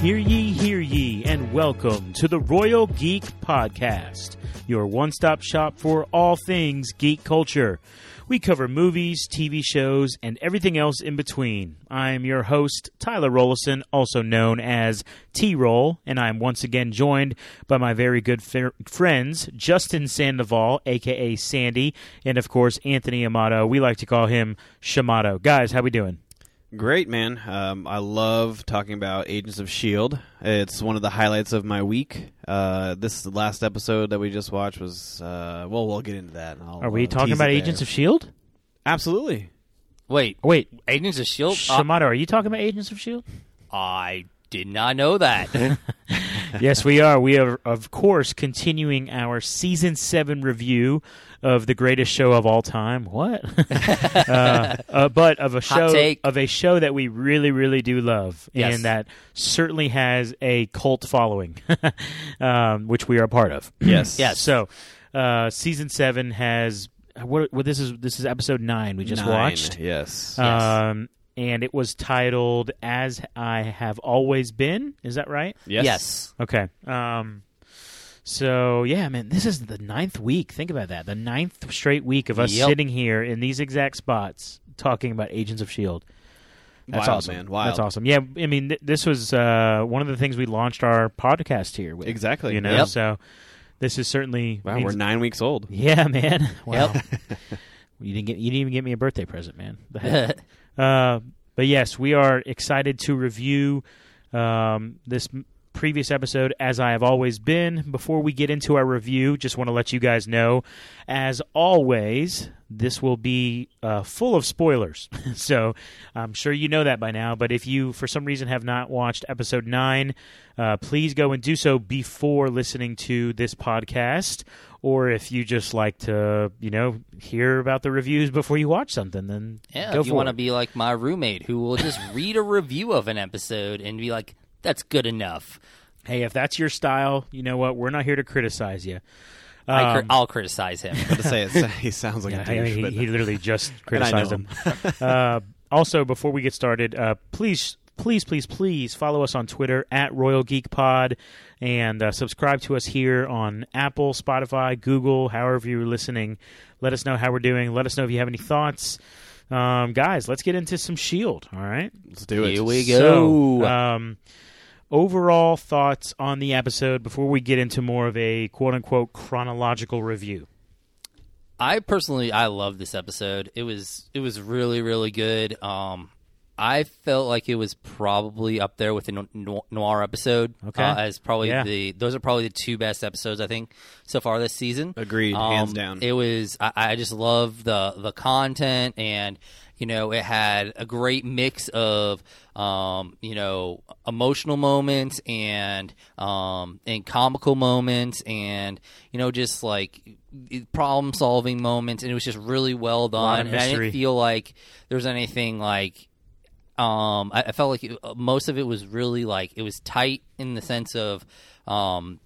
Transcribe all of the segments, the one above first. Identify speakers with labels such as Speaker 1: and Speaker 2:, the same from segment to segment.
Speaker 1: Hear ye, hear ye, and welcome to the Royal Geek Podcast, your one stop shop for all things geek culture. We cover movies, TV shows, and everything else in between. I'm your host, Tyler Rollison, also known as T Roll, and I'm once again joined by my very good f- friends, Justin Sandoval, aka Sandy, and of course, Anthony Amato. We like to call him Shamato. Guys, how we doing?
Speaker 2: Great, man. Um, I love talking about Agents of S.H.I.E.L.D. E It's one of the highlights of my week. Uh, this last episode that we just watched was, uh, well, we'll get into that. and I'll,
Speaker 1: Are we
Speaker 2: uh,
Speaker 1: talking
Speaker 2: tease
Speaker 1: about
Speaker 2: it
Speaker 1: Agents
Speaker 2: there.
Speaker 1: of S.H.I.E.L.D.? E
Speaker 2: Absolutely.
Speaker 3: Wait,
Speaker 1: Wait,
Speaker 3: Agents of Shield. Uh,
Speaker 1: Shamato, are you talking about Agents of Shield?
Speaker 3: I did not know that.
Speaker 1: yes, we are. We are, of course, continuing our season seven review of the greatest show of all time. What? uh, uh, but of a show
Speaker 3: take.
Speaker 1: of a show that we really, really do love,
Speaker 3: Yes.
Speaker 1: and that certainly has a cult following, um, which we are a part of.
Speaker 2: Yes.
Speaker 3: Yes.
Speaker 1: So, uh, season seven has what? Well, this is this is episode nine we just
Speaker 2: Nine.
Speaker 1: watched.
Speaker 2: Yes.
Speaker 3: Yes.
Speaker 1: Um, and it was titled "As I Have Always Been." Is that right?
Speaker 2: yes.
Speaker 1: Okay. Um. So yeah, man, this is the ninth week. Think about that. The ninth straight week of us
Speaker 3: Yep.
Speaker 1: sitting here in these exact spots talking about Agents of Shield. E That's
Speaker 2: Wild,
Speaker 1: awesome.
Speaker 2: man. Wild.
Speaker 1: That's awesome. Yeah, I mean, th- this was uh, one of the things we launched our podcast here with.
Speaker 2: Exactly.
Speaker 1: You know,
Speaker 3: Yep.
Speaker 1: so this is certainly.
Speaker 2: Wow,
Speaker 1: means-
Speaker 2: we're nine weeks old.
Speaker 1: yeah, man. Wow.
Speaker 3: Yep.
Speaker 1: you didn't get. You didn't even get me a birthday present, man. The heck? uh, but yes, we are excited to review um, this m- previous episode as I have always been. Before we get into our review, just want to let you guys know, as always, this will be uh, full of spoilers. so I'm sure you know that by now. But if you, for some reason, have not watched episode nine, uh, please go and do so before listening to this podcast. Or if you just like to, you know, hear about the reviews before you watch something, then
Speaker 3: Yeah,
Speaker 1: go
Speaker 3: if you
Speaker 1: for
Speaker 3: want
Speaker 1: it.
Speaker 3: to be like my roommate who will just read a review of an episode and be like, that's good enough.
Speaker 1: hey, if that's your style, you know what? We're not here to criticize you.
Speaker 3: I
Speaker 1: Um,
Speaker 3: cr- I'll criticize him.
Speaker 2: But to say it, he sounds like
Speaker 1: yeah,
Speaker 2: a douche,
Speaker 1: he,
Speaker 2: but
Speaker 1: he literally just
Speaker 2: and I know
Speaker 1: criticized him. uh, also, before we get started, uh, please, please, please, please follow us on Twitter at Royal Geek Pod and uh, subscribe to us here on Apple, Spotify, Google, however you're listening. Let us know how we're doing. Let us know if you have any thoughts. Um, guys, let's get into some Shield. All right.
Speaker 2: Let's do it.
Speaker 3: Here we go.
Speaker 1: So, um, overall thoughts on the episode before we get into more of a quote unquote chronological review.
Speaker 3: I personally I love this episode. It was it was really really good. Um I felt like it was probably up there with the no- no- noir episode
Speaker 1: Okay.
Speaker 3: uh, as probably
Speaker 1: Yeah.
Speaker 3: the those are probably the two best episodes I think so far this season.
Speaker 2: Agreed.
Speaker 3: Um,
Speaker 2: Hands down.
Speaker 3: It was I, I just love the the content and you know it had a great mix of um, you know emotional moments and um, and comical moments and you know just like problem solving moments and it was just really well
Speaker 1: lot
Speaker 3: done
Speaker 1: of
Speaker 3: and I
Speaker 1: mystery.
Speaker 3: didn't feel like there was anything like um I, I felt like it, uh, most of it was really like it was tight in the sense of um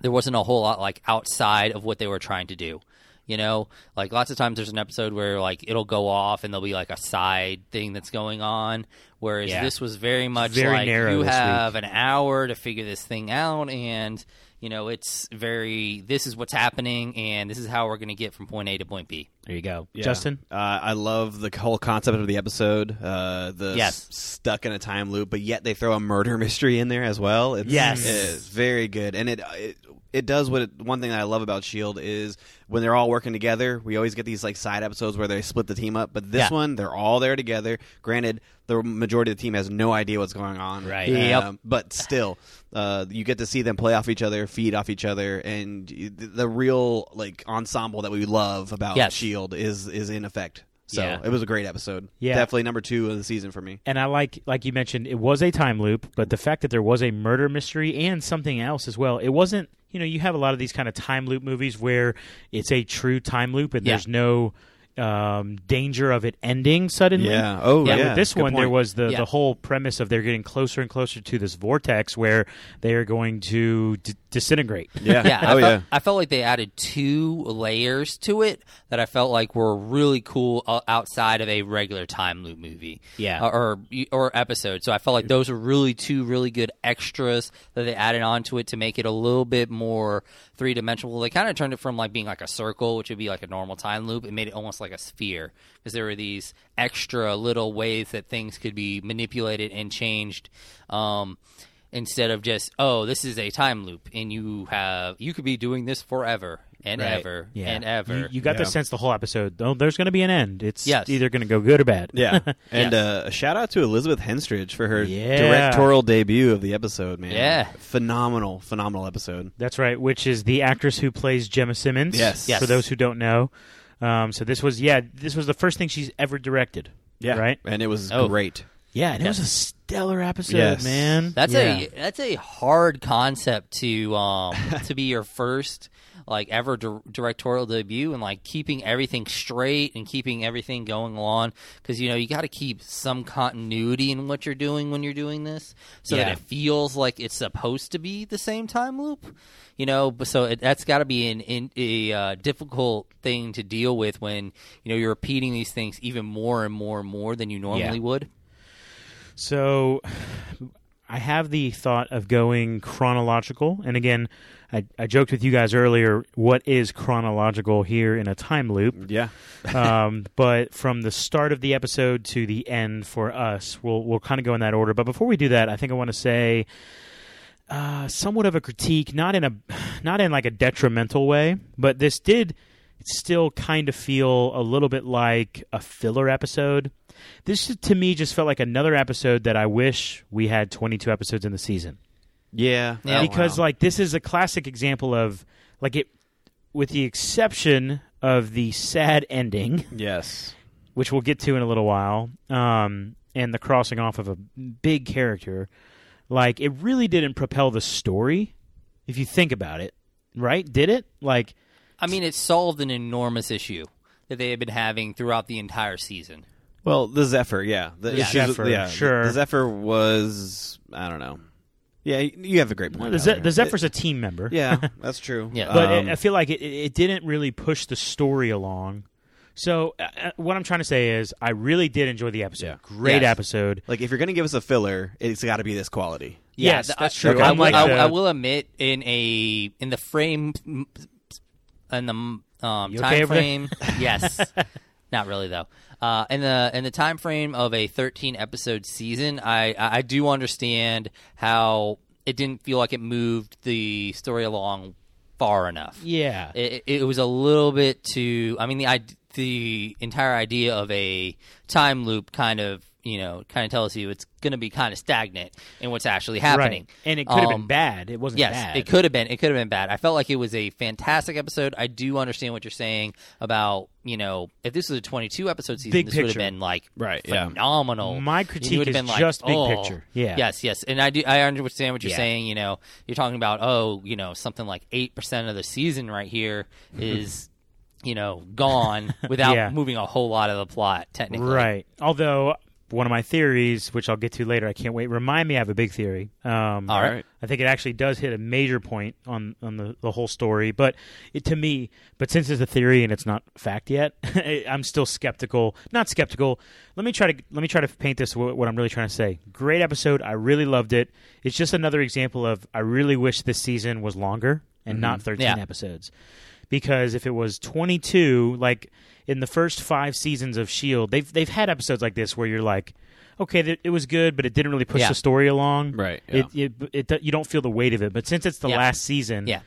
Speaker 3: there wasn't a whole lot like outside of what they were trying to do you know like lots of times there's an episode where like it'll go off and there'll be like a side thing that's going on whereas
Speaker 1: Yeah.
Speaker 3: this was very much
Speaker 1: very
Speaker 3: like
Speaker 1: narrow
Speaker 3: you
Speaker 1: this week.
Speaker 3: have an hour to figure this thing out and you know it's very this is what's happening and this is how we're going to get from point a to point b
Speaker 1: There you go,
Speaker 2: Yeah.
Speaker 1: Justin.
Speaker 2: Uh, I love the whole concept of the episode. Uh, the
Speaker 3: Yes.
Speaker 2: s- stuck in a time loop, but yet they throw a murder mystery in there as well. It's,
Speaker 1: Yes.
Speaker 2: it's very good, and it. it it does what it, one thing that I love about Shield is when they're all working together. We always get these like side episodes where they split the team up, but this
Speaker 3: Yeah.
Speaker 2: one they're all there together. Granted, the majority of the team has no idea what's going on,
Speaker 1: Right.
Speaker 3: Yep.
Speaker 2: Um, but still, uh, you get to see them play off each other, feed off each other, and y- the, the real like ensemble that we love about
Speaker 3: Yes.
Speaker 2: Shield is is in effect. So
Speaker 3: Yeah.
Speaker 2: it was a great episode.
Speaker 1: Yeah.
Speaker 2: Definitely number two of the season for me.
Speaker 1: And I like, like you mentioned, it was a time loop, but the fact that there was a murder mystery and something else as well. It wasn't, you know, you have a lot of these kind of time loop movies where it's a true time loop and
Speaker 3: Yeah.
Speaker 1: there's no um, danger of it ending suddenly.
Speaker 2: Oh
Speaker 3: Yeah,
Speaker 1: But with this
Speaker 2: Good
Speaker 1: one, there
Speaker 2: point.
Speaker 1: was the,
Speaker 3: Yeah.
Speaker 1: the whole premise of they're getting closer and closer to this vortex where they are going to d- disintegrate.
Speaker 2: Yeah.
Speaker 3: yeah, I
Speaker 2: oh
Speaker 3: felt,
Speaker 2: yeah.
Speaker 3: I felt like they added two layers to it that I felt like were really cool uh, outside of a regular time loop movie.
Speaker 1: Yeah.
Speaker 3: Uh, or or episode. So I felt like those were really two really good extras that they added onto it to make it a little bit more three dimensional. They kind of turned it from like being like a circle, which would be like a normal time loop, and made it almost like a sphere because there were these extra little ways that things could be manipulated and changed. Um, instead of just oh this is a time loop and you have you could be doing this forever and
Speaker 1: Right.
Speaker 3: ever
Speaker 1: Yeah.
Speaker 3: and ever
Speaker 1: You, you got the
Speaker 2: Yeah.
Speaker 1: sense the whole episode. Though there's going to be an end. It's
Speaker 3: Yes.
Speaker 1: either going to go good or bad.
Speaker 2: Yeah. And uh, a shout out to Elizabeth Henstridge for her
Speaker 1: Yeah.
Speaker 2: directorial debut of the episode, man.
Speaker 3: Yeah.
Speaker 2: Phenomenal, phenomenal episode.
Speaker 1: That's right. Which is the actress who plays Gemma Simmons.
Speaker 2: Yes. Yes.
Speaker 1: For those who don't know, um, so this was yeah, this was the first thing she's ever directed. Right.
Speaker 2: And it was
Speaker 3: Oh.
Speaker 2: great.
Speaker 1: Yeah, and it was a stellar episode,
Speaker 2: Yes.
Speaker 1: man.
Speaker 3: That's
Speaker 1: Yeah.
Speaker 3: a that's a hard concept to um to be your first like ever dir- directorial debut and like keeping everything straight and keeping everything going along because you know you got to keep some continuity in what you're doing when you're doing this so
Speaker 1: Yeah.
Speaker 3: that it feels like it's supposed to be the same time loop you know but so it, that's got to be an in, a uh, difficult thing to deal with when you know you're repeating these things even more and more and more than you normally would
Speaker 1: So I have the thought of going chronological. And again, I, I joked with you guys earlier what is chronological here in a time loop.
Speaker 2: Yeah.
Speaker 1: um, but from the start of the episode to the end for us, we'll, we'll kind of go in that order. But before we do that, I think I want to say. Uh, somewhat of a critique, not in a, not in like a detrimental way, but this did still kind of feel a little bit like a filler episode. This just- to me just felt like another episode that I wish we had 22 episodes in the season
Speaker 2: Yeah.
Speaker 3: Yeah. Oh,
Speaker 1: because
Speaker 3: wow.
Speaker 1: like this is a classic example of like it, with the exception of the sad ending,
Speaker 2: Yes.
Speaker 1: which we'll get to in a little while, um, and the crossing off of a big character, like it really didn't propel the story. If you think about it, right? Did it like?
Speaker 3: I mean, it solved an enormous issue that they had been having throughout the entire season.
Speaker 2: Well, the Zephyr, yeah. The,
Speaker 1: The
Speaker 2: issues-
Speaker 1: Zephyr,
Speaker 2: yeah.
Speaker 1: sure.
Speaker 2: The Zephyr was, I don't know. Yeah, you have a great point.
Speaker 1: The, Ze-
Speaker 2: Alex.
Speaker 1: the Zephyr's a team member.
Speaker 2: yeah, that's true.
Speaker 3: Yeah.
Speaker 1: but
Speaker 2: Um,
Speaker 1: it, I feel like it, it it didn't really push the story along. So uh, uh, what I'm trying to say is, I really did enjoy the episode.
Speaker 2: Yeah.
Speaker 1: Great
Speaker 3: Yes.
Speaker 1: episode.
Speaker 2: like, if you're going to give us a filler, it's got to be this quality.
Speaker 1: Yes,
Speaker 3: th-
Speaker 1: that's
Speaker 3: I-
Speaker 1: true.
Speaker 3: I,
Speaker 1: I'm
Speaker 3: will-
Speaker 1: like
Speaker 3: I,
Speaker 1: the-
Speaker 3: I will admit, in a in the frame, in the um, time
Speaker 1: You okay over there?
Speaker 3: frame, yes, not really though. Uh, in the in the time frame of a 13 episode season, I I I do understand how it didn't feel like it moved the story along far enough.
Speaker 1: Yeah,
Speaker 3: it, it was a little bit too. I mean, the id- the entire idea of a time loop kind of you know kind of tells you it's going to be kind of stagnant in what's actually happening.
Speaker 1: right. And it could have
Speaker 3: Um,
Speaker 1: been bad. It wasn't
Speaker 3: Yes,
Speaker 1: bad.
Speaker 3: it could have been. It could have been bad. I felt like it was a fantastic episode. I do understand what you're saying about you know if this was a 22 episode season,
Speaker 1: Big
Speaker 3: this would have
Speaker 1: picture.
Speaker 3: been like
Speaker 2: Right, yeah.
Speaker 3: phenomenal.
Speaker 1: My
Speaker 3: You
Speaker 1: critique
Speaker 3: would have
Speaker 1: is
Speaker 3: been like,
Speaker 1: just big
Speaker 3: oh.
Speaker 1: picture. Yeah.
Speaker 3: Yes, yes, and I do. I understand what you're
Speaker 1: Yeah.
Speaker 3: saying. You know, you're talking about oh, you know, something like eight percent of the season right here is. You know, gone without
Speaker 1: Yeah.
Speaker 3: moving a whole lot of the plot. Technically,
Speaker 1: Right. Although one of my theories, which I'll get to later, I can't wait. Remind me, I have a big theory. Um,
Speaker 3: All
Speaker 2: right.
Speaker 1: I think it actually does hit a major point on on the, the whole story, but it, to me, but since it's a theory and it's not fact yet, I'm still skeptical. Not skeptical. Let me try to let me try to paint this what, what I'm really trying to say. Great episode. I really loved it. It's just another example of I really wish this season was longer and not 13
Speaker 3: Yeah.
Speaker 1: episodes. Because if it was 22, like in the first 5 seasons of Shield, E they've they've had episodes like this where you're like Okay, th- it was good, but it didn't really push
Speaker 3: Yeah.
Speaker 1: the story along.
Speaker 2: Right,
Speaker 1: It, it, it, you don't feel the weight of it. But since it's the
Speaker 3: Yeah.
Speaker 1: last season,
Speaker 3: Yeah.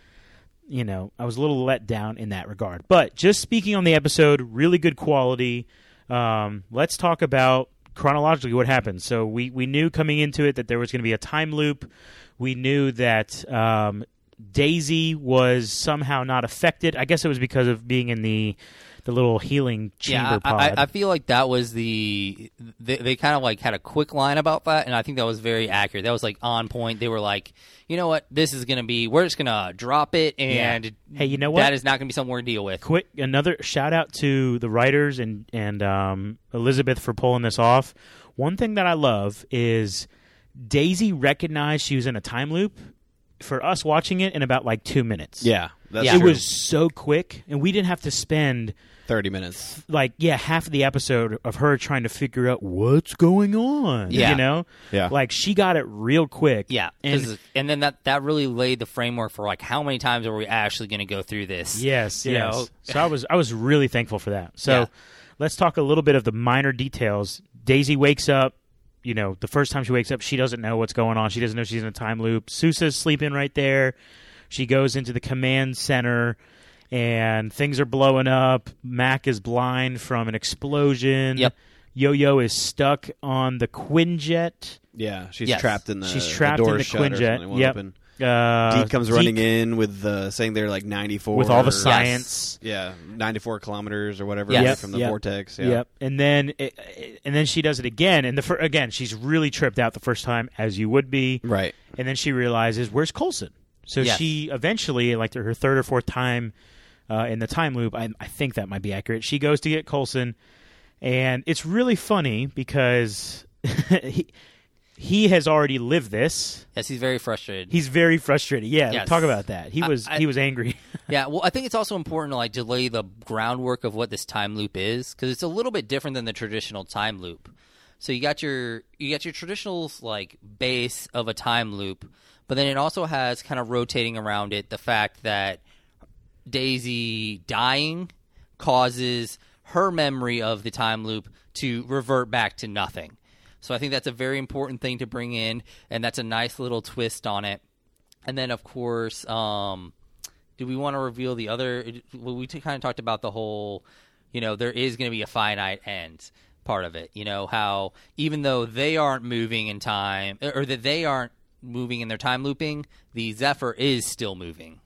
Speaker 1: you know, I was a little let down in that regard. But just speaking on the episode, really good quality. Um, let's talk about chronologically what happened. So we we knew coming into it that there was going to be a time loop. We knew that um, Daisy was somehow not affected. I guess it was because of being in the the little healing chamber
Speaker 3: yeah, I-
Speaker 1: pod.
Speaker 3: I, I feel like that was the they, they kind of like had a quick line about that, and I think that was very accurate. That was like on point. They were like, you know what, this is gonna be we're just gonna drop it, and
Speaker 1: Hey, you know what?
Speaker 3: that is not gonna be something we're gonna deal with.
Speaker 1: quick another shout out to the writers and and um, Elizabeth for pulling this off. One thing that I love is Daisy recognized she was in a time loop for us watching it in about like two minutes.
Speaker 2: Yeah, that's
Speaker 3: Yeah.
Speaker 1: it
Speaker 2: true.
Speaker 1: was so quick, and we didn't have to spend
Speaker 2: thirty minutes.
Speaker 1: like yeah half of the episode of her trying to figure out what's going on.
Speaker 3: Yeah.
Speaker 1: you know,
Speaker 2: Yeah.
Speaker 1: like she got it real quick.
Speaker 3: Yeah, 'cause-
Speaker 1: and
Speaker 3: and, then that that really laid the framework for like how many times are we actually going to go through this?
Speaker 1: yes,
Speaker 3: you
Speaker 1: yes.
Speaker 3: know.
Speaker 1: So I was I was really thankful for that. So
Speaker 3: Yeah.
Speaker 1: let's talk a little bit of the minor details. Daisy wakes up. You know, the first time she wakes up, she doesn't know what's going on. She doesn't know she's in a time loop. Sousa's sleeping right there. She goes into the command center, and things are blowing up. Mac is blind from an explosion.
Speaker 3: Yep.
Speaker 1: Yo Yo is stuck on the Quinjet.
Speaker 2: Yeah, she's
Speaker 3: Yes.
Speaker 2: trapped in the.
Speaker 1: She's trapped
Speaker 2: the door
Speaker 1: in the
Speaker 2: shut or something,
Speaker 1: Quinjet.
Speaker 2: won't
Speaker 1: Yep.
Speaker 2: open.
Speaker 1: Uh,
Speaker 2: Deke comes
Speaker 1: Deke
Speaker 2: running in with the saying they're like ninety four
Speaker 1: with all the science.
Speaker 2: Yeah, ninety four kilometers or whatever
Speaker 3: Yes.
Speaker 2: away
Speaker 3: Yep.
Speaker 2: from the
Speaker 1: Yep.
Speaker 2: vortex. Yeah.
Speaker 1: Yep. And then it, it- and then she does it again. And the fir- again, she's really tripped out the first time, as you would be.
Speaker 2: Right.
Speaker 1: And then she realizes, where's Colson? So
Speaker 3: Yes.
Speaker 1: she eventually, like her third or fourth time uh, in the time loop, I, I think that might be accurate. She goes to get Colson, and it's really funny because he he has already lived this.
Speaker 3: Yes, he's very frustrated.
Speaker 1: He's very frustrated. Yeah,
Speaker 3: Yes.
Speaker 1: talk about that. He
Speaker 3: I-
Speaker 1: was
Speaker 3: I-
Speaker 1: he was angry.
Speaker 3: yeah, well, I think it's also important to like to lay the groundwork of what this time loop is because it's a little bit different than the traditional time loop. So you got your you got your traditional like base of a time loop, but then it also has kind of rotating around it the fact that Daisy dying causes her memory of the time loop to revert back to nothing. So I think that's a very important thing to bring in, and that's a nice little twist on it. And then, of course, um, do we want to reveal the other? Well, we t- kind of talked about the whole, you know, there is going to be a finite end part of it. You know, how even though they aren't moving in time, or that they aren't moving in their time looping, the Zephyr is still moving.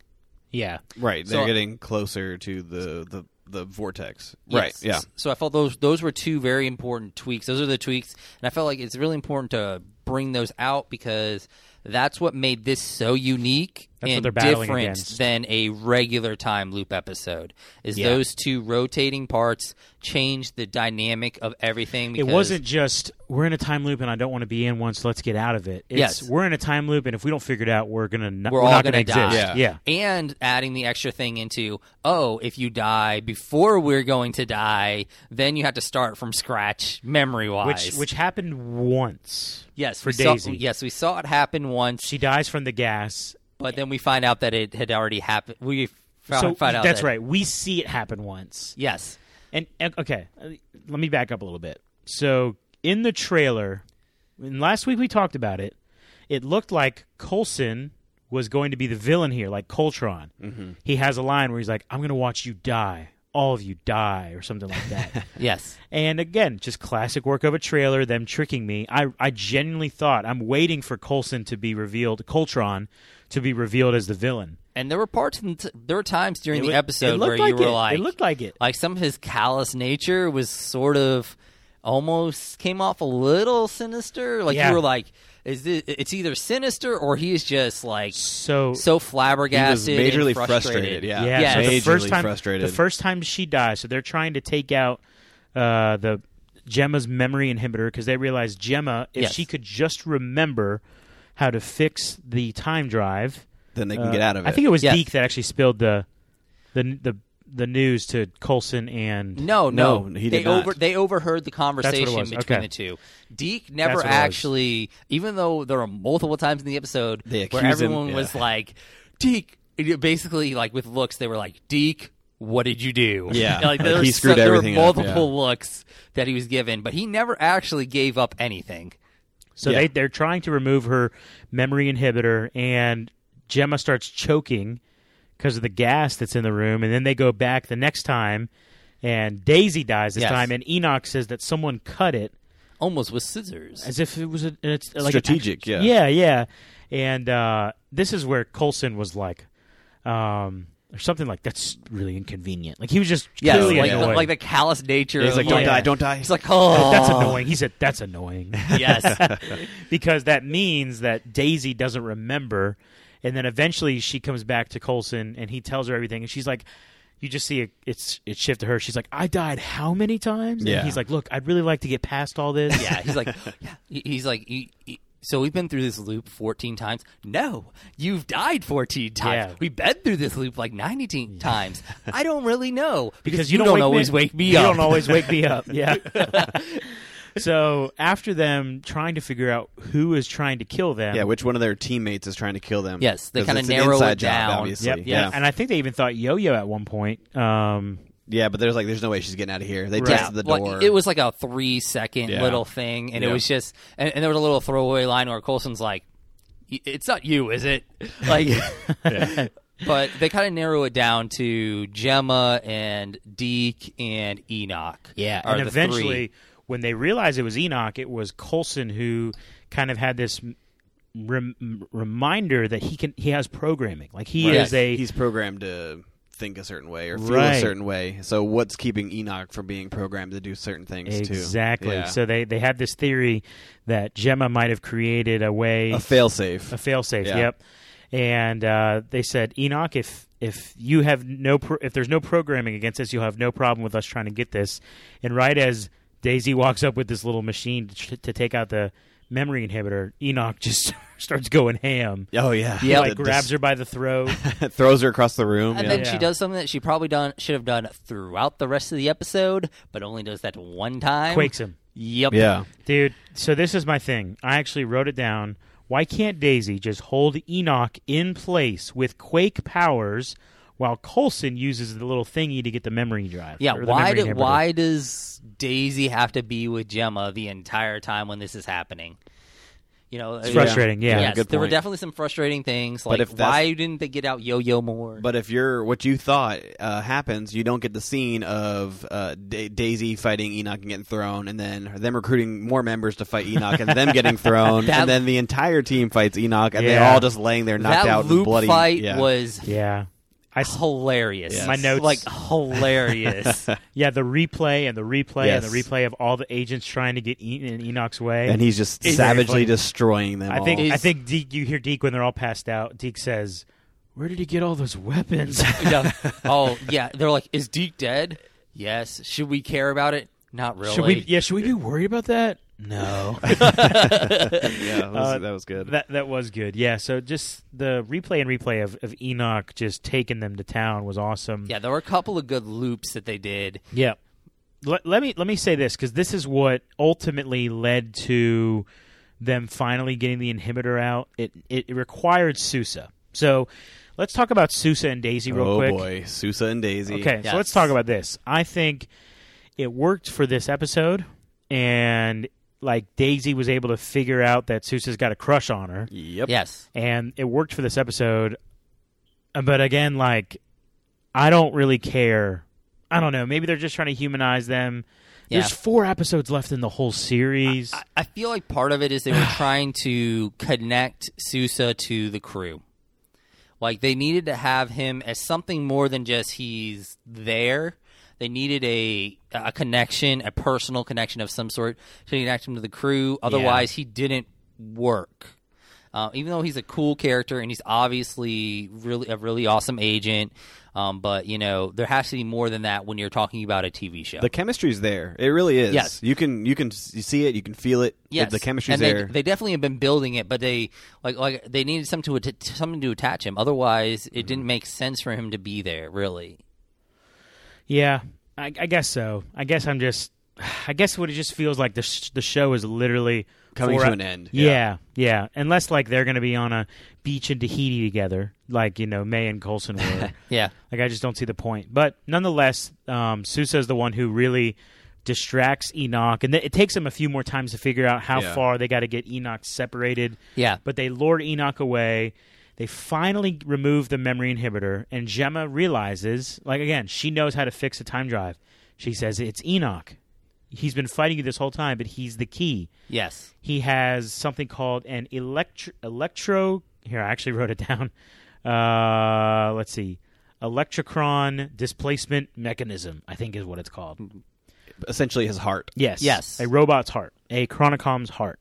Speaker 1: yeah.
Speaker 2: Right. They're
Speaker 3: So-
Speaker 2: getting closer to the the the vortex.
Speaker 3: Yes.
Speaker 2: Right. Yeah.
Speaker 3: So I felt those those were two very important tweaks. Those are the tweaks, and I felt like it's really important to bring those out because that's what made this so unique
Speaker 1: That's what
Speaker 3: and
Speaker 1: they're battling
Speaker 3: different
Speaker 1: against.
Speaker 3: than a regular time loop episode. Is
Speaker 1: Yeah.
Speaker 3: those two rotating parts change the dynamic of everything?
Speaker 1: It
Speaker 3: Because
Speaker 1: wasn't just we're in a time loop and I don't want to be in one, so let's get out of it. It's,
Speaker 3: Yes.
Speaker 1: we're in a time loop, and if we don't figure it out, we're gonna not,
Speaker 3: We're
Speaker 1: we're,
Speaker 3: all
Speaker 1: not
Speaker 3: gonna
Speaker 1: gonna,
Speaker 3: die.
Speaker 1: exist. Yeah.
Speaker 3: and adding the extra thing into oh if you die before we're going to die then you have to start from scratch memory wise
Speaker 1: which which happened once.
Speaker 3: yes
Speaker 1: for
Speaker 3: we saw-
Speaker 1: Daisy.
Speaker 3: yes we saw it happen once
Speaker 1: She dies from the gas.
Speaker 3: But then we find out that it had already happened. We found,
Speaker 1: so
Speaker 3: find out
Speaker 1: that's
Speaker 3: that-
Speaker 1: right. We see it happen once.
Speaker 3: Yes,
Speaker 1: And, and okay, uh, let me back up a little bit. So in the trailer, and last week we talked about it. It looked like Colson was going to be the villain here, like Coltron.
Speaker 3: Mm-hmm.
Speaker 1: He has a line where he's like, "I'm going to watch you die, all of you die," or something like that.
Speaker 3: yes,
Speaker 1: And again, just classic work of a trailer, them tricking me. I, I genuinely thought I'm waiting for Colson to be revealed, Coltron to be revealed as the villain.
Speaker 3: and there were parts. In t- there were times during
Speaker 1: It
Speaker 3: the
Speaker 1: look- it
Speaker 3: episode
Speaker 1: looked
Speaker 3: where
Speaker 1: like
Speaker 3: you were
Speaker 1: it.
Speaker 3: like,
Speaker 1: it looked like it.
Speaker 3: like some of his callous nature was sort of almost came off a little sinister. Like
Speaker 1: Yeah.
Speaker 3: you were like, is this? It's either sinister or he is just like
Speaker 1: So
Speaker 3: so
Speaker 2: He was
Speaker 3: flabbergasted, and
Speaker 2: majorly
Speaker 3: frustrated.
Speaker 2: frustrated. Yeah.
Speaker 1: yeah,
Speaker 3: Yes.
Speaker 1: so the
Speaker 2: Majorly
Speaker 1: first time
Speaker 2: frustrated.
Speaker 1: the first time she dies, so they're trying to take out uh, the Gemma's memory inhibitor because they realize Gemma, if
Speaker 3: Yes.
Speaker 1: she could just remember how to fix the time drive,
Speaker 2: then they can
Speaker 1: uh,
Speaker 2: get out of it.
Speaker 1: I think it was
Speaker 3: Yes.
Speaker 1: Deke that actually spilled the the the the news to Colson and
Speaker 3: No, no,
Speaker 2: No, he
Speaker 3: they
Speaker 2: did not.
Speaker 3: over they overheard the
Speaker 1: That's what
Speaker 3: conversation
Speaker 1: it was.
Speaker 3: between
Speaker 1: Okay.
Speaker 3: the two. Deke never
Speaker 1: what it was.
Speaker 3: actually, even though there are multiple times in the episode
Speaker 2: They
Speaker 3: where
Speaker 2: accuse him,
Speaker 3: everyone
Speaker 2: yeah.
Speaker 3: was like, "Deke," it- basically like with looks, they were like, "Deke, what did you do?"
Speaker 2: Yeah.
Speaker 3: like, there
Speaker 2: Like, he
Speaker 3: was
Speaker 2: screwed
Speaker 3: so-
Speaker 2: everything
Speaker 3: There were
Speaker 2: up, yeah.
Speaker 3: multiple looks that he was given, but he never actually gave up anything.
Speaker 1: So
Speaker 2: Yeah.
Speaker 1: they they're trying to remove her memory inhibitor, and Gemma starts choking because of the gas that's in the room. And then they go back the next time, and Daisy dies this
Speaker 3: Yes.
Speaker 1: time, and Enoch says that someone cut it
Speaker 3: Almost with scissors.
Speaker 1: as if it was a, it's like an
Speaker 2: strategic. yeah.
Speaker 1: act- yeah, yeah. And uh, this is where Colson was like, um, or something like that's really inconvenient. Like he was just
Speaker 3: Yes,
Speaker 1: clearly
Speaker 3: like,
Speaker 1: annoyed.
Speaker 3: the, like the callous nature.
Speaker 2: He's
Speaker 3: of,
Speaker 2: like, don't
Speaker 1: Yeah.
Speaker 2: die, don't die.
Speaker 3: It's like, oh,
Speaker 1: that's annoying. He said that's annoying.
Speaker 3: Yes,
Speaker 1: because that means that Daisy doesn't remember. And then eventually she comes back to Colson and he tells her everything. And she's like, you just see it, it's it shift to her. She's like, I died how many times?
Speaker 2: Yeah.
Speaker 1: And he's like, look, I'd really like to get past all this.
Speaker 3: yeah. He's like, yeah. He- he's like, he, he- so we've been through this loop 14 times. No, you've died 14 times.
Speaker 1: Yeah.
Speaker 3: We've been through this loop like 90 te- times. I don't really know
Speaker 1: because
Speaker 3: you, don't,
Speaker 1: wake
Speaker 3: always
Speaker 1: me,
Speaker 3: wake me
Speaker 1: you
Speaker 3: up.
Speaker 1: don't always wake me up. Yeah. so after them trying to figure out who is trying to kill them.
Speaker 2: Yeah, which one of their teammates is trying to kill them?
Speaker 3: Yes, they
Speaker 2: 'Cause
Speaker 3: kinda
Speaker 2: it's an
Speaker 3: narrow
Speaker 2: inside
Speaker 3: it
Speaker 2: job,
Speaker 3: down.
Speaker 2: obviously.
Speaker 1: Yep.
Speaker 2: Yeah,
Speaker 1: And I think they even thought Yo-Yo at one point. Um,
Speaker 2: yeah, but there's like, there's no way she's getting out of here. They
Speaker 1: Right.
Speaker 2: tested the
Speaker 3: like,
Speaker 2: door.
Speaker 3: it was like a three second
Speaker 2: Yeah.
Speaker 3: little thing, and it
Speaker 2: Yeah.
Speaker 3: was just, and, and there was a little throwaway line where Colson's like, "Y- "It's not you, is it?" Like, but they kind of narrow it down to Gemma and Deke and Enoch.
Speaker 1: Yeah,
Speaker 3: are
Speaker 1: and
Speaker 3: the three.
Speaker 1: eventually, when they realized it was Enoch, it was Colson who kind of had this rem- reminder that he can he has programming. Like he
Speaker 2: Right.
Speaker 1: is a
Speaker 2: he's programmed to think a certain way or feel
Speaker 1: Right.
Speaker 2: a certain way. So what's keeping Enoch from being programmed to do certain things too?
Speaker 1: exactly.
Speaker 2: Yeah.
Speaker 1: So they they had this theory that Gemma might have created a way,
Speaker 2: a failsafe.
Speaker 1: a failsafe.
Speaker 2: Yeah.
Speaker 1: Yep. And uh, they said, Enoch, if if you have no pro- if there's no programming against this, you'll have no problem with us trying to get this. And right as Daisy walks up with this little machine to, tr- to take out the memory inhibitor, Enoch just starts going ham.
Speaker 2: oh yeah,
Speaker 1: He,
Speaker 3: Yeah,
Speaker 1: like
Speaker 2: That
Speaker 1: grabs her by the throat.
Speaker 2: just throws her across the room.
Speaker 3: And
Speaker 2: yeah.
Speaker 3: then she
Speaker 1: Yeah.
Speaker 3: does something that she probably done should have done throughout the rest of the episode, but only does that one time.
Speaker 1: Quakes him.
Speaker 3: Yep.
Speaker 2: yeah,
Speaker 1: Dude, so this is my thing. I actually wrote it down. Why can't Daisy just hold Enoch in place with Quake powers while Coulson uses the little thingy to get the memory drive?
Speaker 3: Yeah.
Speaker 1: or the
Speaker 3: Why?
Speaker 1: memory
Speaker 3: Do,
Speaker 1: inhibitor?
Speaker 3: why does Daisy have to be with Gemma the entire time when this is happening? You know, it's
Speaker 1: frustrating, yeah.
Speaker 2: Yeah,
Speaker 3: Yes,
Speaker 2: good
Speaker 3: there were
Speaker 2: point.
Speaker 3: definitely some frustrating things.
Speaker 2: But
Speaker 3: Like,
Speaker 2: if that's-
Speaker 3: why didn't they get out Yo-Yo more?
Speaker 2: But if you're what you thought uh, happens, you don't get the scene of uh, da- Daisy fighting Enoch and getting thrown, and then them recruiting more members to fight Enoch, and them getting thrown,
Speaker 3: That-
Speaker 2: and then the entire team fights Enoch, and they're
Speaker 1: Yeah.
Speaker 2: all just laying there knocked
Speaker 3: that
Speaker 2: out
Speaker 3: loop
Speaker 2: and bloody.
Speaker 3: fight
Speaker 2: yeah.
Speaker 3: was
Speaker 1: Yeah. I, s-
Speaker 3: hilarious.
Speaker 1: Yes. My notes-
Speaker 3: like hilarious.
Speaker 1: yeah, the replay and the replay and the
Speaker 2: Yes.
Speaker 1: replay of all the agents trying to get Eaton in Enoch's way.
Speaker 2: and he's just
Speaker 1: It's very
Speaker 2: savagely
Speaker 1: funny.
Speaker 2: destroying them.
Speaker 1: I think
Speaker 2: all.
Speaker 1: I think Deke, you hear Deke when they're all passed out. Deke says, "Where did he get all those weapons?"
Speaker 3: yeah. Oh yeah. They're like, is Deke dead? Yes. Should we care about it? Not really.
Speaker 1: Should we? Yeah, should we be worried about that? No.
Speaker 2: yeah, that was,
Speaker 1: Uh,
Speaker 2: that was good.
Speaker 1: That that was good. Yeah. So just the replay and replay of, of Enoch just taking them to town was awesome.
Speaker 3: Yeah, there were a couple of good loops that they did.
Speaker 1: Yeah. Let, let me let me say this because this is what ultimately led to them finally getting the inhibitor out. It it, it required Sousa. So let's talk about Sousa and Daisy real
Speaker 2: oh
Speaker 1: quick.
Speaker 2: boy, Sousa and Daisy.
Speaker 1: Okay,
Speaker 3: Yes.
Speaker 1: so let's talk about this. I think it worked for this episode, and like Daisy was able to figure out that Sousa's got a crush on her.
Speaker 2: Yep.
Speaker 3: Yes.
Speaker 1: and it worked for this episode. Uh, But again, like I don't really care. I don't know. Maybe they're just trying to humanize them.
Speaker 3: Yeah.
Speaker 1: There's four episodes left in the whole series.
Speaker 3: I, I feel like part of it is they were trying to connect Sousa to the crew. Like they needed to have him as something more than just he's there. They needed a a connection, a personal connection of some sort to connect him to the crew. Otherwise, he didn't work. Uh, even though he's a cool character and he's obviously really a really awesome agent, um, but you know there has to be more than that when you're talking about a TV show.
Speaker 2: The chemistry's there. It really is.
Speaker 3: Yes.
Speaker 2: You can you can s- you see it. You can feel it.
Speaker 3: Yes,
Speaker 2: The chemistry's
Speaker 3: and they,
Speaker 2: there.
Speaker 3: They definitely have been building it, but they like like they needed something to att- something to attach him. Otherwise, it
Speaker 2: Mm-hmm.
Speaker 3: didn't make sense for him to be there. Really,
Speaker 1: yeah, I, I guess so. I guess I'm just. I guess what it just feels like the sh- the show is literally
Speaker 2: Coming
Speaker 1: four
Speaker 2: to
Speaker 1: e-
Speaker 2: an end.
Speaker 1: Yeah. yeah, Unless like they're going to be on a beach in Tahiti together, like you know May and Colson were.
Speaker 3: yeah,
Speaker 1: Like I just don't see the point. But nonetheless, um, Sousa is the one who really distracts Enoch, and th- it takes him a few more times to figure out how
Speaker 2: Yeah.
Speaker 1: far they got to get Enoch separated.
Speaker 3: yeah,
Speaker 1: But they lure Enoch away. They finally remove the memory inhibitor, and Gemma realizes, like again, she knows how to fix a time drive. She says it's Enoch. He's been fighting you this whole time, but he's the key.
Speaker 3: yes,
Speaker 1: He has something called an electro electro. Here, I actually wrote it down. Uh, let's see, electrocron displacement mechanism. I think is what it's called.
Speaker 2: Essentially, his heart.
Speaker 1: Yes,
Speaker 3: Yes.
Speaker 1: a robot's heart, a chronicom's heart.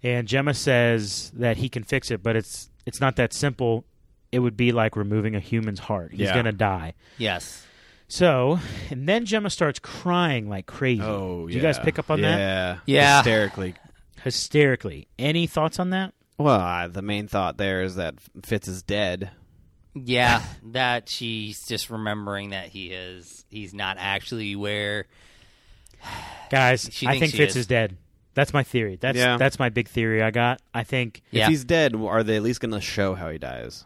Speaker 1: And Gemma says that he can fix it, but it's it's not that simple. It would be like removing a human's heart. He's
Speaker 2: Yeah.
Speaker 1: gonna die.
Speaker 3: yes.
Speaker 1: So, and then Gemma starts crying like crazy.
Speaker 2: Oh,
Speaker 1: Did you guys
Speaker 2: yeah.
Speaker 1: pick up on that?
Speaker 2: yeah.
Speaker 3: Yeah.
Speaker 2: Hysterically
Speaker 1: hysterically. Any thoughts on that?
Speaker 2: Well, I, the main thought there is that Fitz is dead.
Speaker 3: Yeah, that she's just remembering that he is he's not actually where
Speaker 1: Guys,
Speaker 3: She
Speaker 1: I
Speaker 3: thinks
Speaker 1: think
Speaker 3: she
Speaker 1: Fitz
Speaker 3: is.
Speaker 1: is. dead. That's my theory. That's
Speaker 2: Yeah.
Speaker 1: that's my big theory I got. I think
Speaker 3: Yeah.
Speaker 2: If he's dead, are they at least going to show how he dies?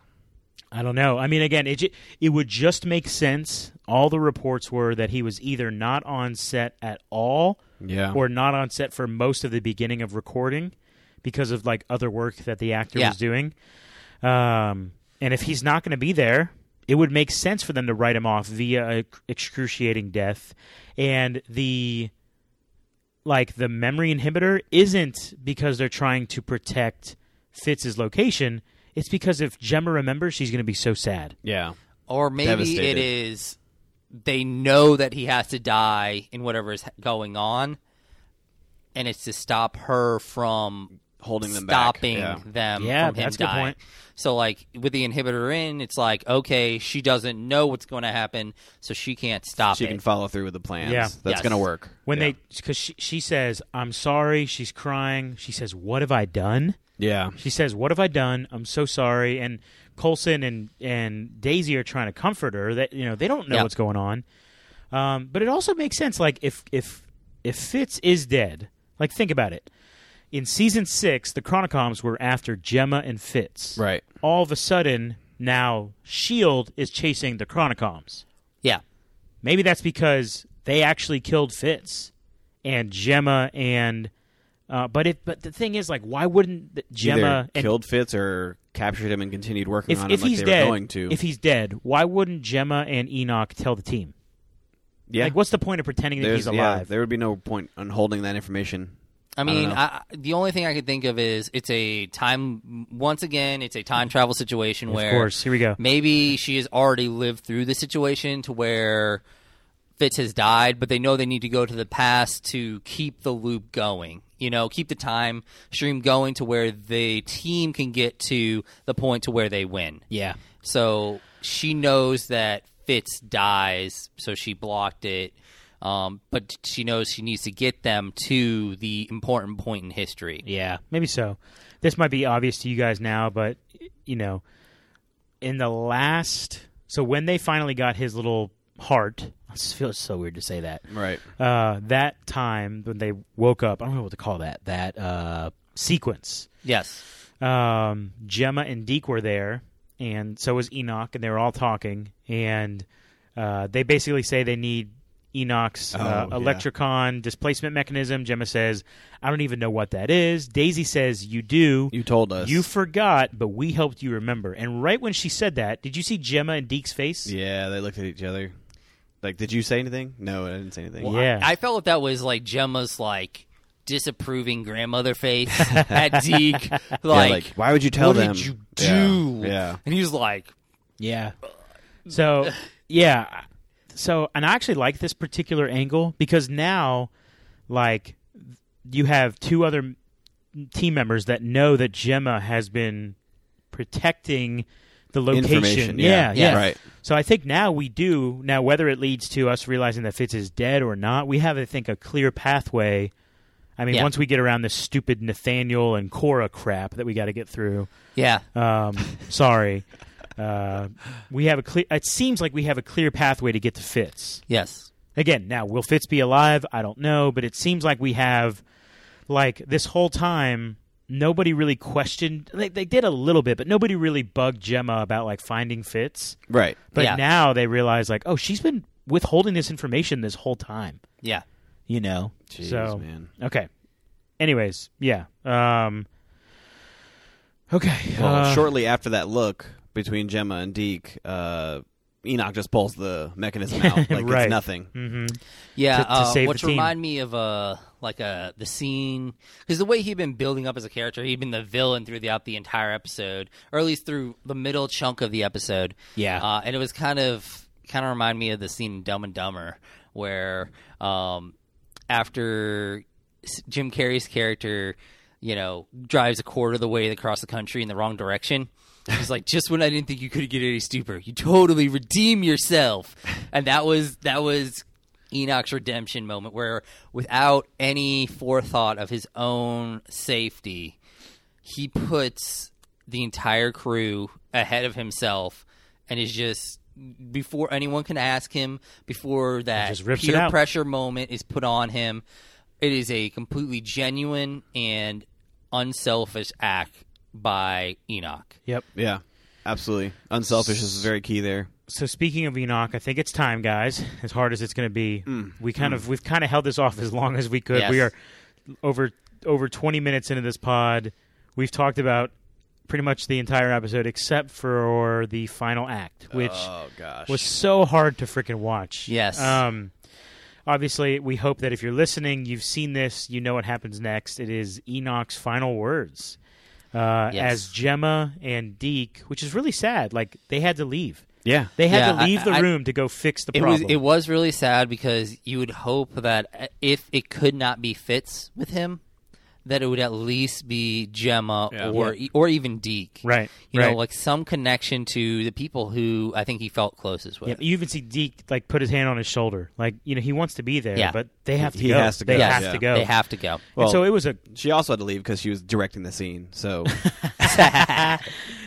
Speaker 1: I don't know. I mean, again, it ju- it would just make sense. All the reports were that he was either not on set at all
Speaker 2: Yeah.
Speaker 1: or not on set for most of the beginning of recording because of like other work that the actor
Speaker 3: Yeah.
Speaker 1: was doing. Um, and if he's not going to be there, it would make sense for them to write him off via a excruciating death. And the like the memory inhibitor isn't because they're trying to protect Fitz's location. It's because if Gemma remembers, she's going to be so sad.
Speaker 2: yeah.
Speaker 3: or maybe
Speaker 2: Devastated.
Speaker 3: it is they know that he has to die in whatever is going on and it's to stop her from
Speaker 2: Holding them
Speaker 3: stopping
Speaker 2: back. Yeah.
Speaker 3: them
Speaker 1: Yeah,
Speaker 3: from him
Speaker 1: that's a good
Speaker 3: dying.
Speaker 1: point.
Speaker 3: So like with the inhibitor in, it's like okay, she doesn't know what's going to happen, so she can't stop
Speaker 2: She
Speaker 3: it.
Speaker 2: can follow through with the plans.
Speaker 1: Yeah.
Speaker 2: That's
Speaker 3: Yes.
Speaker 2: going to work.
Speaker 1: When
Speaker 2: yeah.
Speaker 1: they, because she, she says, "I'm sorry," she's crying. She says, "What have I done?"
Speaker 2: Yeah.
Speaker 1: She says, "What have I done? I'm so sorry." And Colson and and Daisy are trying to comfort her. That you know they don't know
Speaker 3: Yeah.
Speaker 1: what's going on. Um, but it also makes sense. Like if if if Fitz is dead, like think about it. In season six, the Chronicoms were after Gemma and Fitz.
Speaker 2: Right.
Speaker 1: All of a sudden, now Shield E is chasing the Chronicoms.
Speaker 3: yeah,
Speaker 1: Maybe that's because they actually killed Fitz and Gemma and. Uh, but it but the thing is like why wouldn't the- Gemma
Speaker 2: Either
Speaker 1: and
Speaker 2: killed Fitz or captured him and continued working
Speaker 1: if,
Speaker 2: on him
Speaker 1: if
Speaker 2: like
Speaker 1: he's
Speaker 2: they
Speaker 1: dead,
Speaker 2: were going to.
Speaker 1: if he's dead, why wouldn't Gemma and Enoch tell the team?
Speaker 2: yeah.
Speaker 1: Like, what's the point of pretending that
Speaker 2: There's-
Speaker 1: he's
Speaker 2: yeah,
Speaker 1: alive?
Speaker 2: there would be no point on holding that information.
Speaker 3: I mean,
Speaker 2: know.
Speaker 3: I I- the only thing I could think of is it's a time. Once again, it's a time travel situation where,
Speaker 1: of course, here we go.
Speaker 3: maybe she has already lived through the situation to where Fitz has died, but they know they need to go to the past to keep the loop going. You know, keep the time stream going to where the team can get to the point to where they win.
Speaker 1: Yeah,
Speaker 3: So she knows that Fitz dies, so she blocked it. Um, but she knows she needs to get them to the important point in history.
Speaker 1: yeah, maybe so. This might be obvious to you guys now, but you know, in the last, so when they finally got his little heart, I just feel it's so weird to say that.
Speaker 2: Right.
Speaker 1: Uh, that time when they woke up, I don't know what to call that. That uh, sequence.
Speaker 3: Yes.
Speaker 1: um, Gemma and Deke were there, and so was Enoch, and they were all talking. And uh, they basically say they need Enoch's uh,
Speaker 2: Oh, yeah.
Speaker 1: electricon displacement mechanism. Gemma says, "I don't even know what that is." Daisy says, "You do.
Speaker 2: You told us.
Speaker 1: You forgot, but we helped you remember." And right when she said that, did you see Gemma and Deke's face?
Speaker 2: yeah, they looked at each other. Like, did you say anything? No, I didn't say anything.
Speaker 1: Well, Yeah.
Speaker 3: I, I felt that was like Gemma's like disapproving grandmother face at Zeke. Like,
Speaker 2: Yeah, like, why would you tell
Speaker 3: what
Speaker 2: them?
Speaker 3: did you
Speaker 2: Yeah.
Speaker 3: do?
Speaker 2: Yeah.
Speaker 3: And he was like,
Speaker 1: Yeah. So, yeah. So, and I actually like this particular angle because now, like, you have two other m- team members that know that Gemma has been protecting the location.
Speaker 2: Information.
Speaker 1: yeah.
Speaker 2: Yeah.
Speaker 3: Yeah.
Speaker 2: Right.
Speaker 1: So I think now we do now whether it leads to us realizing that Fitz is dead or not, we have I think a clear pathway. I mean,
Speaker 3: Yeah.
Speaker 1: once we get around this stupid Nathaniel and Cora crap that we got to get through,
Speaker 3: yeah,
Speaker 1: um, sorry. Uh, we have a clear. It seems like we have a clear pathway to get to Fitz
Speaker 3: yes.
Speaker 1: again. Now, will Fitz be alive? I don't know, but it seems like we have, like this whole time, nobody really questioned. They, they did a little bit, but nobody really bugged Gemma about like finding Fitz.
Speaker 2: Right.
Speaker 1: But
Speaker 3: Yeah.
Speaker 1: now they realize, like, oh, she's been withholding this information this whole time.
Speaker 3: Yeah.
Speaker 1: You know,
Speaker 2: Jeez,
Speaker 1: so
Speaker 2: man.
Speaker 1: okay. Anyways, yeah. Um, okay.
Speaker 2: Well,
Speaker 1: uh,
Speaker 2: shortly after that look between Gemma and Deke, uh, Enoch just pulls the mechanism out like
Speaker 1: Right.
Speaker 2: it's nothing.
Speaker 1: mhm.
Speaker 3: Yeah,
Speaker 1: to- to
Speaker 3: uh,
Speaker 1: save
Speaker 3: which
Speaker 1: the team.
Speaker 3: remind me of uh, like uh, the scene because the way he'd been building up as a character, he'd been the villain throughout the entire episode, or at least through the middle chunk of the episode.
Speaker 1: Yeah.
Speaker 3: uh, and it was kind of kind of remind me of the scene in Dumb and Dumber where um, after S- Jim Carrey's character, you know, drives a quarter of the way across the country in the wrong direction. He's like, just when I didn't think you could get any stupider, you totally redeem yourself, and that was that was Enoch's redemption moment where without any forethought of his own safety, he puts the entire crew ahead of himself and is just before anyone can ask him, before that
Speaker 1: just rips it
Speaker 3: peer
Speaker 1: out.
Speaker 3: pressure moment is put on him, it is a completely genuine and unselfish act by Enoch.
Speaker 1: Yep.
Speaker 2: Yeah, absolutely. Unselfish is very key there.
Speaker 1: So speaking of Enoch, I think it's time, guys. As hard as it's going to be, we kind of we've kind of held this off as long as we could.
Speaker 3: Mm. Yes.
Speaker 1: We are over over 20 minutes into this pod. We've talked about pretty much the entire episode except for the final act, which
Speaker 2: Oh gosh.
Speaker 1: was so hard to freaking watch.
Speaker 3: Yes.
Speaker 1: Um, obviously, we hope that if you're listening, you've seen this, you know what happens next. It is Enoch's final words uh,
Speaker 3: Yes.
Speaker 1: as Gemma and Deke, which is really sad. Like they had to leave.
Speaker 2: yeah.
Speaker 1: They had
Speaker 3: Yeah,
Speaker 1: to
Speaker 3: I-
Speaker 1: leave the
Speaker 3: I-
Speaker 1: room to go fix the
Speaker 3: It
Speaker 1: problem.
Speaker 3: was it was really sad because you would hope that uh, if it could not be Fitz with him, that it would at least be Gemma
Speaker 2: Yeah.
Speaker 3: or or even Deke,
Speaker 1: Right,
Speaker 3: You know,
Speaker 1: right.
Speaker 3: like some connection to the people who I think he felt closest with.
Speaker 1: Yeah, you even see Deke like put his hand on his shoulder, like you know he wants to be there,
Speaker 3: Yeah.
Speaker 1: but they have to
Speaker 2: He
Speaker 1: go.
Speaker 2: has to
Speaker 1: they
Speaker 2: go.
Speaker 1: have
Speaker 2: Yeah.
Speaker 1: to go.
Speaker 3: They have to go.
Speaker 1: And
Speaker 2: Well-
Speaker 1: so it was a
Speaker 2: She also had to leave because she was directing the scene. So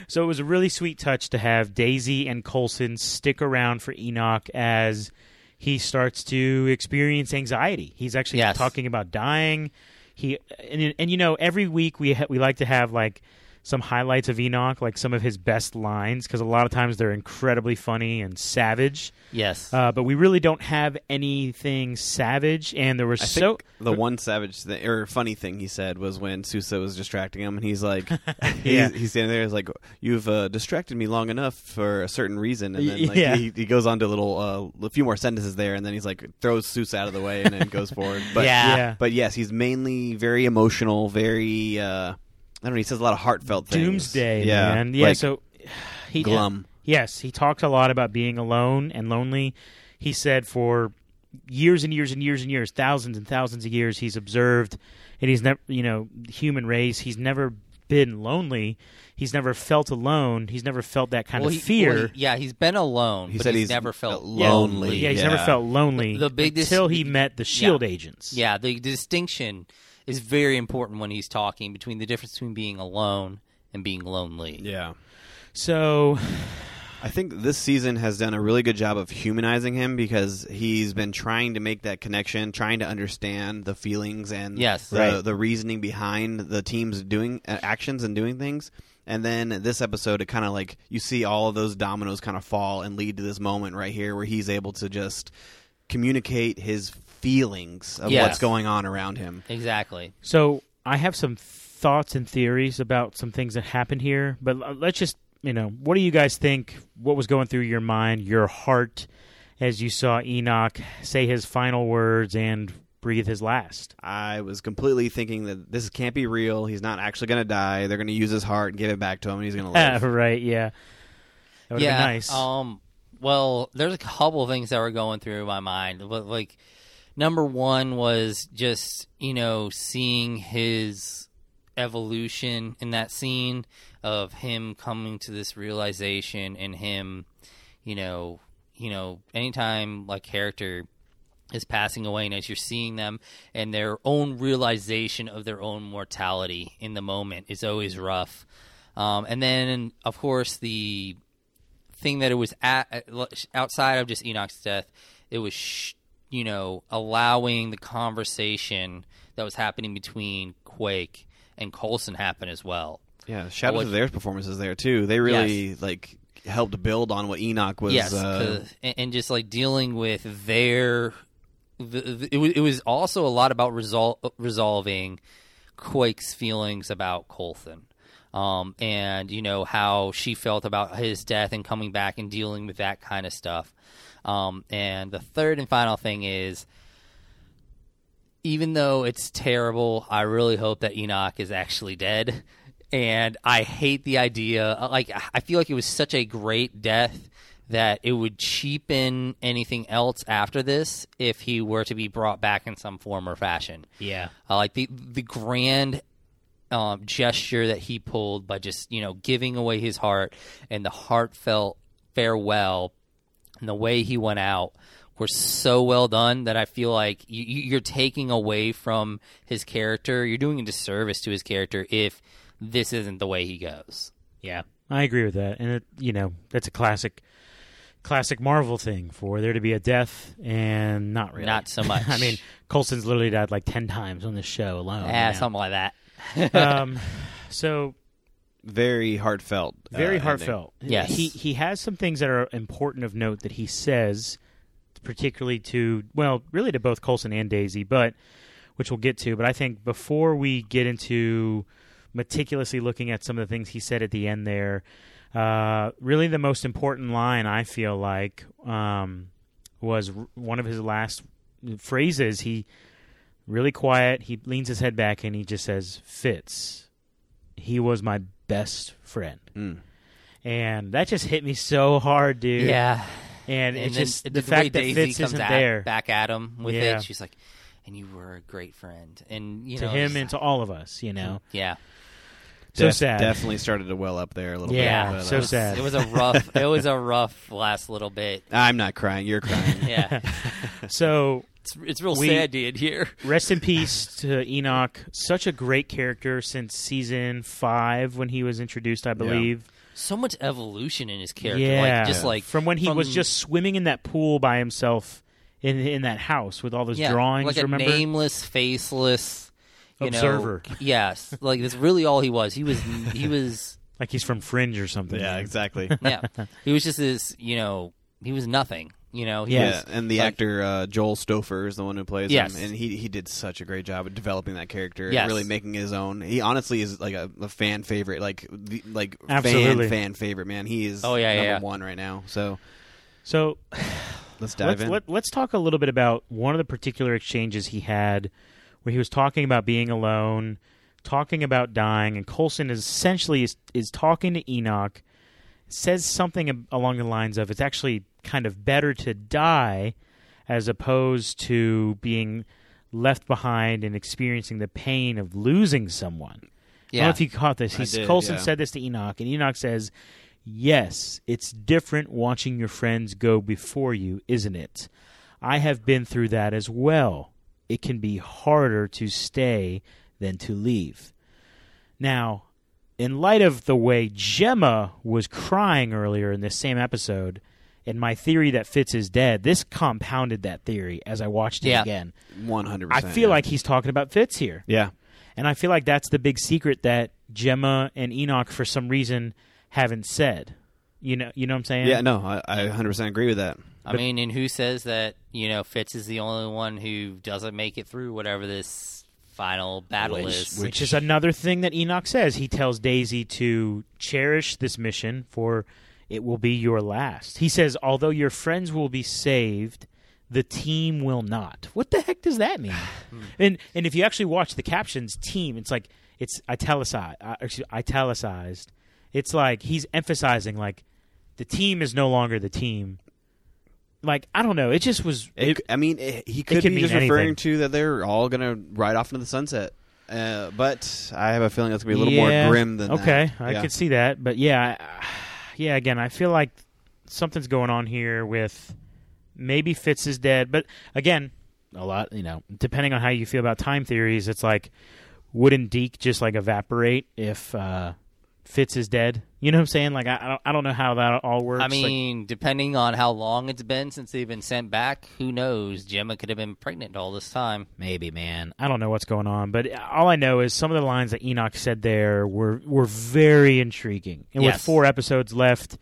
Speaker 1: So it was a really sweet touch to have Daisy and Colson stick around for Enoch as he starts to experience anxiety. He's actually
Speaker 3: Yes.
Speaker 1: talking about dying. He and and you know every week we ha- we like to have like some highlights of Enoch, like some of his best lines, because a lot of times they're incredibly funny and savage.
Speaker 3: Yes.
Speaker 1: Uh, but we really don't have anything savage, and there were
Speaker 2: I
Speaker 1: so
Speaker 2: think the one savage thing, or funny thing he said was when Sousa was distracting him, and he's like,
Speaker 1: Yeah.
Speaker 2: he's, he's standing there, he's like, "You've uh, distracted me long enough for a certain reason," and then like,
Speaker 1: Yeah.
Speaker 2: he, he goes on to a little, uh, a few more sentences there, and then he's like throws Sousa out of the way and then goes forward. But
Speaker 3: Yeah.
Speaker 1: Yeah.
Speaker 2: but yes, he's mainly very emotional, very uh, I don't know, he says a lot of heartfelt things.
Speaker 1: doomsday,
Speaker 2: yeah,
Speaker 1: man. Yeah,
Speaker 2: like,
Speaker 1: so he
Speaker 2: glum.
Speaker 1: Yes, he talked a lot about being alone and lonely. He said for years and years and years and years, thousands and thousands of years, he's observed, and he's never, you know, the human race. He's never been lonely. He's never felt alone. He's never felt that kind
Speaker 3: Well,
Speaker 1: of
Speaker 3: he-
Speaker 1: fear.
Speaker 3: well, he- yeah, he's been alone.
Speaker 2: He
Speaker 3: but
Speaker 2: said
Speaker 3: he's,
Speaker 2: he's
Speaker 3: never felt
Speaker 2: lonely.
Speaker 3: lonely.
Speaker 1: yeah, he's never
Speaker 2: yeah.
Speaker 1: felt lonely
Speaker 3: The- the big dis-
Speaker 1: until he met the Shield agents.
Speaker 3: Yeah, the distinction is very important when he's talking between the difference between being alone and being lonely.
Speaker 2: yeah.
Speaker 1: So
Speaker 2: I think this season has done a really good job of humanizing him because he's been trying to make that connection, trying to understand the feelings and
Speaker 3: Yes.
Speaker 2: the,
Speaker 1: Right.
Speaker 2: the reasoning behind the team's doing uh, actions and doing things. And then this episode, it kind of like you see all of those dominoes kind of fall and lead to this moment right here where he's able to just communicate his feelings of
Speaker 3: Yes.
Speaker 2: what's going on around him.
Speaker 3: Exactly.
Speaker 1: So I have some thoughts and theories about some things that happened here, but l- let's just you know, what do you guys think? What was going through your mind, your heart, as you saw Enoch say his final words and breathe his last?
Speaker 2: I was completely thinking that this can't be real. He's not actually going to die. They're going to use his heart and give it back to him, and he's going to live.
Speaker 1: right? Yeah, that would
Speaker 3: yeah.
Speaker 1: be nice.
Speaker 3: Um. Well, there's a couple of things that were going through my mind, but like number one was just you know seeing his evolution in that scene of him coming to this realization and him, you know, you know, anytime like character is passing away and as you're seeing them and their own realization of their own mortality in the moment is always rough um, and then of course the thing that it was at uh, outside of just Enoch's death, it was sh- you know allowing the conversation that was happening between Quake and Colson happen as well.
Speaker 2: Yeah, shout out
Speaker 3: Like-
Speaker 2: to their performances there too. They really like helped build on what Enoch was.
Speaker 3: yes,
Speaker 2: uh,
Speaker 3: 'cause- and, and just like dealing with their. The, the- it, was, it was also a lot about resol- resolving Quake's feelings about Colson. Um, and you know how she felt about his death and coming back and dealing with that kind of stuff. Um, and the third and final thing is, even though it's terrible, I really hope that Enoch is actually dead. And I hate the idea. Like, I feel like it was such a great death that it would cheapen anything else after this if he were to be brought back in some form or fashion.
Speaker 1: yeah,
Speaker 3: I like the the grand um, gesture that he pulled by just you know giving away his heart and the heartfelt farewell and the way he went out were so well done that I feel like you, you- you're taking away from his character. You're doing a disservice to his character if this isn't the way he goes.
Speaker 1: Yeah, I agree with that, and it, you know that's a classic, classic Marvel thing for there to be a death and not really,
Speaker 3: Not so much.
Speaker 1: I mean, Colson's literally died like ten times on this show alone.
Speaker 3: yeah,
Speaker 1: you know.
Speaker 3: Ah, something like that.
Speaker 1: um, so
Speaker 2: Very heartfelt. uh,
Speaker 1: very
Speaker 2: ending.
Speaker 1: heartfelt.
Speaker 3: Yes.
Speaker 1: he he has some things that are important of note that he says, particularly to well, really to both Colson and Daisy, but which we'll get to. But I think before we get into meticulously looking at some of the things he said at the end there, uh, really the most important line I feel like um, was r- one of his last phrases. He really quiet. He leans his head back and he just says, "Fitz, he was my best friend."
Speaker 2: Mm.
Speaker 1: and that just hit me so hard, dude.
Speaker 3: Yeah,
Speaker 1: and, it's
Speaker 3: then
Speaker 1: just the,
Speaker 3: way
Speaker 1: fact that
Speaker 3: Daisy
Speaker 1: Fitz
Speaker 3: comes
Speaker 1: isn't
Speaker 3: at-
Speaker 1: there
Speaker 3: back at him with
Speaker 1: Yeah.
Speaker 3: it. She's like, "And you were a great friend." And you
Speaker 1: to
Speaker 3: know,
Speaker 1: him
Speaker 3: just-
Speaker 1: and to all of us, you know.
Speaker 3: yeah,
Speaker 1: So
Speaker 2: Def-
Speaker 1: sad.
Speaker 2: Definitely started to well up there a little
Speaker 1: Yeah,
Speaker 2: bit. but,
Speaker 1: so
Speaker 2: uh,
Speaker 3: it was,
Speaker 1: sad.
Speaker 3: It was a rough. it was a rough last little bit.
Speaker 2: I'm not crying. You're crying.
Speaker 3: Yeah,
Speaker 1: So
Speaker 3: it's it's real
Speaker 1: We-
Speaker 3: sad dude here.
Speaker 1: rest in peace to Enoch. Such a great character since season five when he was introduced, I believe.
Speaker 3: So much evolution in his character.
Speaker 1: Yeah,
Speaker 3: like, just like
Speaker 1: from when he
Speaker 3: from-
Speaker 1: was just swimming in that pool by himself in in that house with all those
Speaker 3: yeah,
Speaker 1: drawings.
Speaker 3: like a
Speaker 1: remember?
Speaker 3: nameless, faceless. You
Speaker 1: Observer.
Speaker 3: Know, yes, like that's really all he was. He was he was
Speaker 1: Like he's from Fringe or something.
Speaker 2: yeah, exactly.
Speaker 3: yeah. He was just this. You know, he was nothing. You know, he
Speaker 2: Yeah,
Speaker 3: was-
Speaker 2: and the
Speaker 3: like-
Speaker 2: actor uh, Joel Stouffer is the one who plays
Speaker 3: Yes.
Speaker 2: him, and he he did such a great job of developing that character, and
Speaker 3: Yes.
Speaker 2: really making it his own. He honestly is like a, a fan favorite, like the, like
Speaker 1: Absolutely.
Speaker 2: fan fan favorite man. He is
Speaker 3: Oh, yeah, yeah,
Speaker 2: number
Speaker 3: yeah.
Speaker 2: one right now. So
Speaker 1: So
Speaker 2: let's dive
Speaker 1: let's,
Speaker 2: in.
Speaker 1: Let, us talk a little bit about one of the particular exchanges he had where he was talking about being alone, talking about dying, and Colson is essentially is, is talking to Enoch, says something ab- along the lines of it's actually kind of better to die as opposed to being left behind and experiencing the pain of losing someone. I
Speaker 3: yeah.
Speaker 1: don't know if you caught this.
Speaker 2: I
Speaker 1: He's,
Speaker 2: did,
Speaker 1: Colson
Speaker 2: yeah.
Speaker 1: said this to Enoch, and Enoch says, Yes, it's different watching your friends go before you, isn't it? I have been through that as well. It can be harder to stay than to leave. Now, in light of the way Gemma was crying earlier in this same episode, and my theory that Fitz is dead, this compounded that theory as I watched it
Speaker 3: Yeah.
Speaker 1: again.
Speaker 2: One hundred.
Speaker 1: I
Speaker 2: percent
Speaker 1: feel like he's talking about Fitz here.
Speaker 2: yeah,
Speaker 1: And I feel like that's the big secret that Gemma and Enoch, for some reason, haven't said. You know, you know what I'm saying?
Speaker 2: yeah. No, I- I hundred percent agree with that.
Speaker 3: I mean, and who says that you know Fitz is the only one who doesn't make it through whatever this final battle
Speaker 2: Which-
Speaker 3: is?
Speaker 2: which-
Speaker 1: Which is another thing that Enoch says. He tells Daisy to cherish this mission, for it will be your last. He says, although your friends will be saved, the team will not. What the heck does that mean? and and if you actually watch the captions, team, it's like it's italicized. Uh, excuse, italicized. It's like he's emphasizing like the team is no longer the team. Like I don't know. It just was.
Speaker 2: It, c- I mean, it, he could
Speaker 1: could
Speaker 2: be
Speaker 1: mean
Speaker 2: just referring
Speaker 1: anything.
Speaker 2: to that they're all gonna ride off into the sunset. Uh, but I have a feeling that's gonna be a little
Speaker 1: Yeah.
Speaker 2: more grim than
Speaker 1: okay
Speaker 2: that.
Speaker 1: i
Speaker 2: Yeah.
Speaker 1: could see that but yeah I- yeah again i feel like something's going on here with maybe fitz is dead but again a lot you know depending on how you feel about time theories it's like wouldn't deke just like evaporate if uh fitz is dead you know what i'm saying like i, I, don't, I don't know how that all works
Speaker 3: I
Speaker 1: Like,
Speaker 3: mean, depending on how long it's been since they've been sent back, who knows? Gemma could have been pregnant all this time.
Speaker 1: maybe man i don't know what's going on but all i know is some of the lines that enoch said there were were very intriguing and with
Speaker 3: Yes.
Speaker 1: four episodes left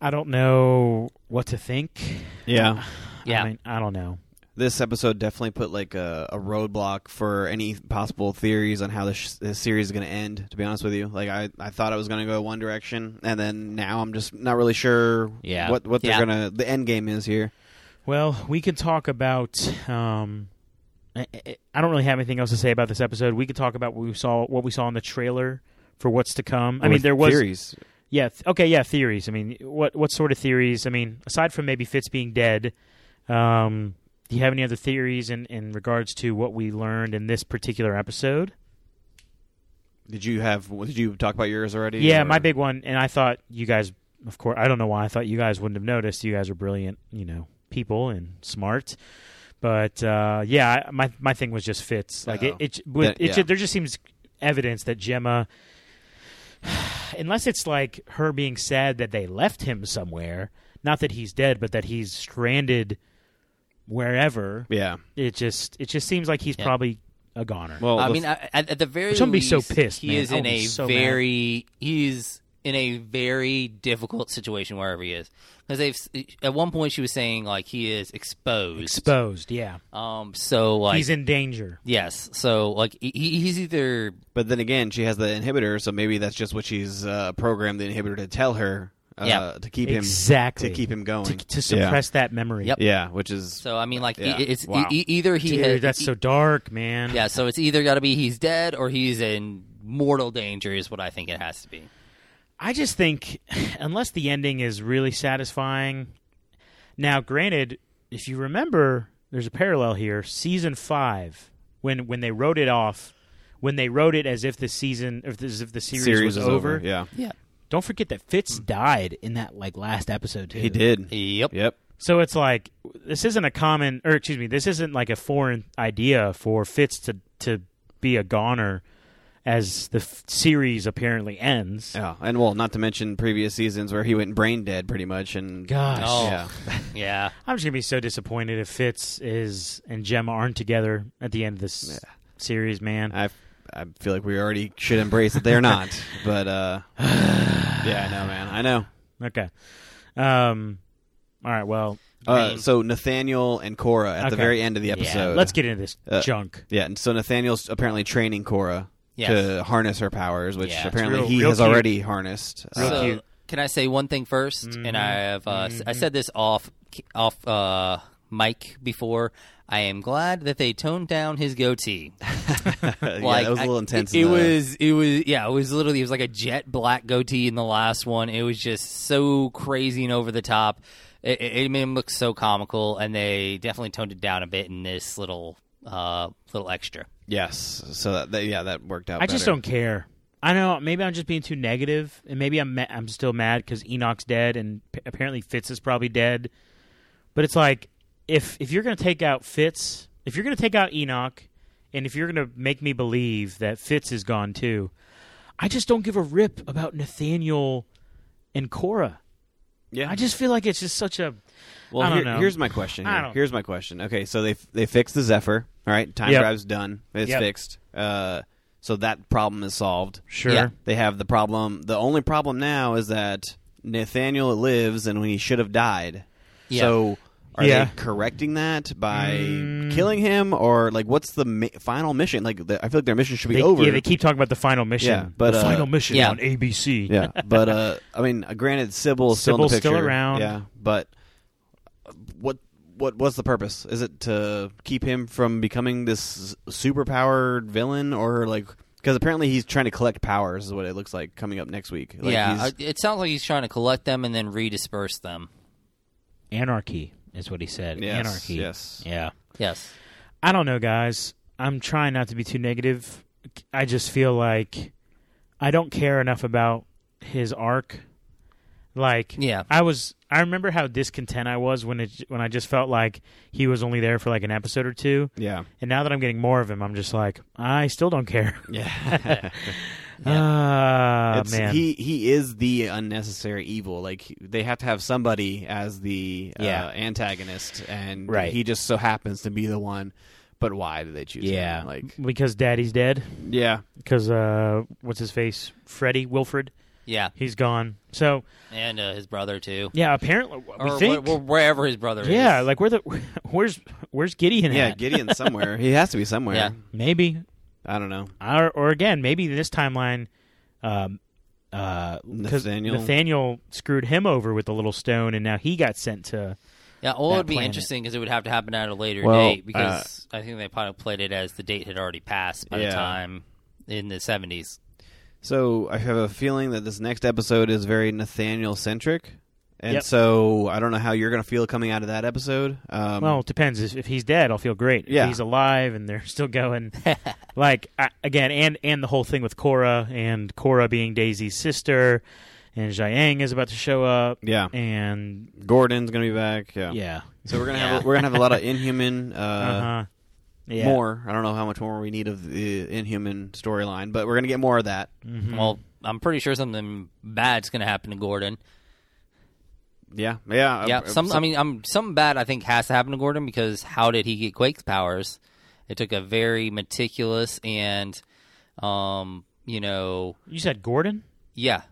Speaker 1: i don't know what to think
Speaker 2: Yeah.
Speaker 3: Yeah.
Speaker 1: I, mean, I don't know.
Speaker 2: this episode definitely put like a, a roadblock for any possible theories on how this, sh- this series is going to end to be honest with you like i, I thought it was going to go one direction and then now i'm just not really sure
Speaker 1: Yeah.
Speaker 2: what, what
Speaker 3: Yeah.
Speaker 2: they're going to the end game is here
Speaker 1: Well, we can talk about. Um, I, I- I don't really have anything else to say about this episode. We could talk about what we saw, what we saw in the trailer for what's to come. I mean,
Speaker 2: With
Speaker 1: there was,
Speaker 2: theories
Speaker 1: yeah, th- okay, yeah, theories. I mean, what what sort of theories? I mean, aside from maybe Fitz being dead, um, do you have any other theories in in regards to what we learned in this particular episode?
Speaker 2: did you have did you talk about yours already
Speaker 1: Yeah,
Speaker 2: or-
Speaker 1: my big one, and I thought you guys, of course, I don't know why I thought you guys wouldn't have noticed. You guys are brilliant, you know, people and smart. But uh, yeah, I- my my thing was just fits. Like it,
Speaker 2: Uh-oh.
Speaker 1: it, with,
Speaker 2: Oh. That-
Speaker 1: it ju-
Speaker 2: yeah.
Speaker 1: there just seems evidence that Gemma, unless it's like her being sad that they left him somewhere, not that he's dead, but that he's stranded wherever.
Speaker 2: Yeah.
Speaker 1: It just it just seems like he's
Speaker 3: Yeah.
Speaker 1: probably a goner.
Speaker 2: Well,
Speaker 3: I
Speaker 2: the
Speaker 3: mean, I, at, at the very
Speaker 1: Which I'd be
Speaker 3: least,
Speaker 1: so pissed,
Speaker 3: he
Speaker 1: man.
Speaker 3: is
Speaker 1: I
Speaker 3: in
Speaker 1: would be
Speaker 3: a
Speaker 1: so mad.
Speaker 3: very he's in a very difficult situation wherever he is because they've at one point she was saying like he is exposed.
Speaker 1: exposed. Yeah,
Speaker 3: um. So like
Speaker 1: he's in danger.
Speaker 3: yes. So like he, he's either
Speaker 2: But then again, she has the inhibitor, so maybe that's just what she's uh, programmed the inhibitor to tell her uh,
Speaker 3: Yeah.
Speaker 2: to keep
Speaker 1: exactly
Speaker 2: him to keep him
Speaker 1: to,
Speaker 2: going.
Speaker 1: to suppress that memory.
Speaker 3: Yep.
Speaker 2: Yeah, which is
Speaker 3: so I mean like
Speaker 2: Yeah.
Speaker 3: e- it's e-
Speaker 2: Wow.
Speaker 3: e- either he
Speaker 1: Dude,
Speaker 3: has,
Speaker 1: that's so dark, man.
Speaker 3: yeah. So it's either got to be he's dead or he's in mortal danger is what I think it has to be.
Speaker 1: I just think unless the ending is really satisfying. Now, granted, if you remember, there's a parallel here. Season five, when when they wrote it off, when they wrote it as if the season, if as if the series, was
Speaker 2: is
Speaker 1: over.
Speaker 2: Yeah,
Speaker 3: Yeah.
Speaker 1: Don't forget that Fitz died in that like last episode too.
Speaker 2: he did.
Speaker 3: Yep.
Speaker 2: Yep.
Speaker 1: So it's like this isn't a common, or excuse me, this isn't like a foreign idea for Fitz to to be a goner as the f- series apparently ends.
Speaker 2: Yeah, and well, not to mention previous seasons where he went brain dead pretty much. And
Speaker 1: Gosh.
Speaker 3: Oh.
Speaker 2: yeah,
Speaker 3: Yeah.
Speaker 1: I'm just gonna be so disappointed if Fitz is and Gemma aren't together at the end of this series, man.
Speaker 2: I I feel like we already should embrace that they're not. But uh, yeah, I know, man, I know.
Speaker 1: okay. Um. All right. Well,
Speaker 2: Uh, so Nathaniel and Cora at the
Speaker 1: Okay.
Speaker 2: very end of the episode.
Speaker 1: let's get into this
Speaker 2: Uh,
Speaker 1: junk.
Speaker 2: Yeah, and so Nathaniel's apparently training Cora
Speaker 3: Yes.
Speaker 2: to harness her powers, which
Speaker 3: Yeah. It's
Speaker 2: apparently
Speaker 1: real-
Speaker 2: he
Speaker 1: real
Speaker 2: has
Speaker 1: cute.
Speaker 2: already harnessed. Uh,
Speaker 1: Real
Speaker 3: so,
Speaker 1: cute.
Speaker 3: Can I say one thing 1st And I have uh, s- I said this off off uh, mic before. I am glad that they toned down his goatee.
Speaker 2: yeah, that was a little
Speaker 3: I-
Speaker 2: intense.
Speaker 3: It,
Speaker 2: in
Speaker 3: it
Speaker 2: the-
Speaker 3: was. It was. Yeah, it was literally. It was like a jet black goatee in the last one. It was just so crazy and over the top. It, it, it made him look so comical, and they definitely toned it down a bit in this little uh, little extra.
Speaker 2: yes. So that, that- yeah, that worked out.
Speaker 1: I just
Speaker 2: better.
Speaker 1: don't care. I know. Maybe I'm just being too negative, and maybe I'm ma- I'm still mad because Enoch's dead, and p- apparently Fitz is probably dead. But it's like if if you're gonna take out Fitz, if you're gonna take out Enoch, and if you're gonna make me believe that Fitz is gone too, I just don't give a rip about Nathaniel and Cora.
Speaker 2: Yeah,
Speaker 1: I just feel like it's just such a
Speaker 2: Well,
Speaker 1: I don't
Speaker 2: here-
Speaker 1: know.
Speaker 2: here's my question.
Speaker 1: I
Speaker 2: here.
Speaker 1: don't-
Speaker 2: Here's my question. Okay, so they they fixed the Zephyr. All right, time
Speaker 1: Yep.
Speaker 2: drive's done. It's
Speaker 1: Yep.
Speaker 2: fixed. Uh, so that problem is solved.
Speaker 1: sure.
Speaker 3: Yeah.
Speaker 2: They have the problem. The only problem now is that Nathaniel lives, and when he should have died.
Speaker 3: Yeah.
Speaker 2: So. Are
Speaker 1: Yeah.
Speaker 2: they correcting that by
Speaker 1: Mm.
Speaker 2: killing him, or like what's the mi- final mission? Like, the, I feel like their mission should be
Speaker 1: They,
Speaker 2: over.
Speaker 1: yeah, they keep talking about the final mission.
Speaker 2: Yeah, but,
Speaker 1: the
Speaker 2: uh,
Speaker 1: final mission
Speaker 3: yeah.
Speaker 1: on ABC.
Speaker 2: Yeah, but uh, I mean, uh, granted, Sybil is still in the
Speaker 1: Sybil's
Speaker 2: picture.
Speaker 1: still around.
Speaker 2: Yeah, but what what what's the purpose? Is it to keep him from becoming this superpowered villain, or like because apparently he's trying to collect powers? Is what it looks like coming up next week. Like,
Speaker 3: yeah,
Speaker 2: he's-
Speaker 3: I- it sounds like he's trying to collect them and then redisperse them.
Speaker 1: Anarchy is what he said.
Speaker 2: Yes,
Speaker 1: Anarchy.
Speaker 2: yes.
Speaker 1: Yeah.
Speaker 3: Yes.
Speaker 1: I don't know, guys. I'm trying not to be too negative. I just feel like I don't care enough about his arc. Like,
Speaker 3: Yeah.
Speaker 1: I was. I remember how discontent I was when it when I just felt like he was only there for like an episode or two,
Speaker 2: yeah,
Speaker 1: and now that I'm getting more of him, I'm just like, I still don't care.
Speaker 2: yeah.
Speaker 1: Ah,
Speaker 2: It's-
Speaker 1: man.
Speaker 2: He he is the unnecessary evil. Like they have to have somebody as the uh,
Speaker 1: Yeah.
Speaker 2: antagonist, and
Speaker 1: Right.
Speaker 2: he just so happens to be the one. But why do they choose? him?
Speaker 1: yeah,
Speaker 2: like
Speaker 1: because Daddy's dead.
Speaker 2: yeah.
Speaker 1: Because uh, what's his face? Freddie Wilfred.
Speaker 3: Yeah,
Speaker 1: He's gone. So
Speaker 3: and uh, his brother too.
Speaker 1: yeah, apparently we
Speaker 3: or
Speaker 1: think.
Speaker 3: wh- wh- wherever his brother is.
Speaker 1: Yeah, like where the where's where's Gideon
Speaker 2: Yeah,
Speaker 1: at?
Speaker 2: Gideon somewhere. he has to be somewhere.
Speaker 3: Yeah.
Speaker 1: maybe
Speaker 2: I don't know.
Speaker 1: or or again maybe this timeline, um, uh, 'cause
Speaker 2: Nathaniel.
Speaker 1: Nathaniel screwed him over with the little stone, and now he got sent to.
Speaker 3: yeah. Well,
Speaker 1: that
Speaker 3: it would be
Speaker 1: planet. uh,
Speaker 3: interesting because it would have to happen at a later
Speaker 2: Well,
Speaker 3: date because I think they probably played it as the date had already passed by
Speaker 2: Yeah.
Speaker 3: the time in the seventies.
Speaker 2: So I have a feeling that this next episode is very Nathaniel centric, and
Speaker 1: Yep.
Speaker 2: so I don't know how you're going to feel coming out of that episode. Um,
Speaker 1: Well, it depends. If, if he's dead, I'll feel great.
Speaker 2: Yeah.
Speaker 1: If he's alive and they're still going, like I, again, and and the whole thing with Cora and Cora being Daisy's sister, and Jiang is about to show up,
Speaker 2: yeah,
Speaker 1: and
Speaker 2: Gordon's going to be back. Yeah,
Speaker 1: eh. yeah,
Speaker 2: So we're gonna have
Speaker 3: Yeah.
Speaker 2: a, we're gonna have a lot of Inhuman. Uh,
Speaker 1: Uh-huh. Yeah.
Speaker 2: More. I don't know how much more we need of the Inhuman storyline, but we're gonna get more of that.
Speaker 1: Mm-hmm.
Speaker 3: Well, I'm pretty sure something bad's going to happen to Gordon.
Speaker 2: Yeah, yeah,
Speaker 3: Yeah,
Speaker 2: Uh,
Speaker 3: some.
Speaker 2: so-
Speaker 3: I mean, um, something bad. I think has to happen to Gordon because how did he get Quake's powers? It took a very meticulous and, um, you know,
Speaker 1: You said Gordon?
Speaker 3: yeah,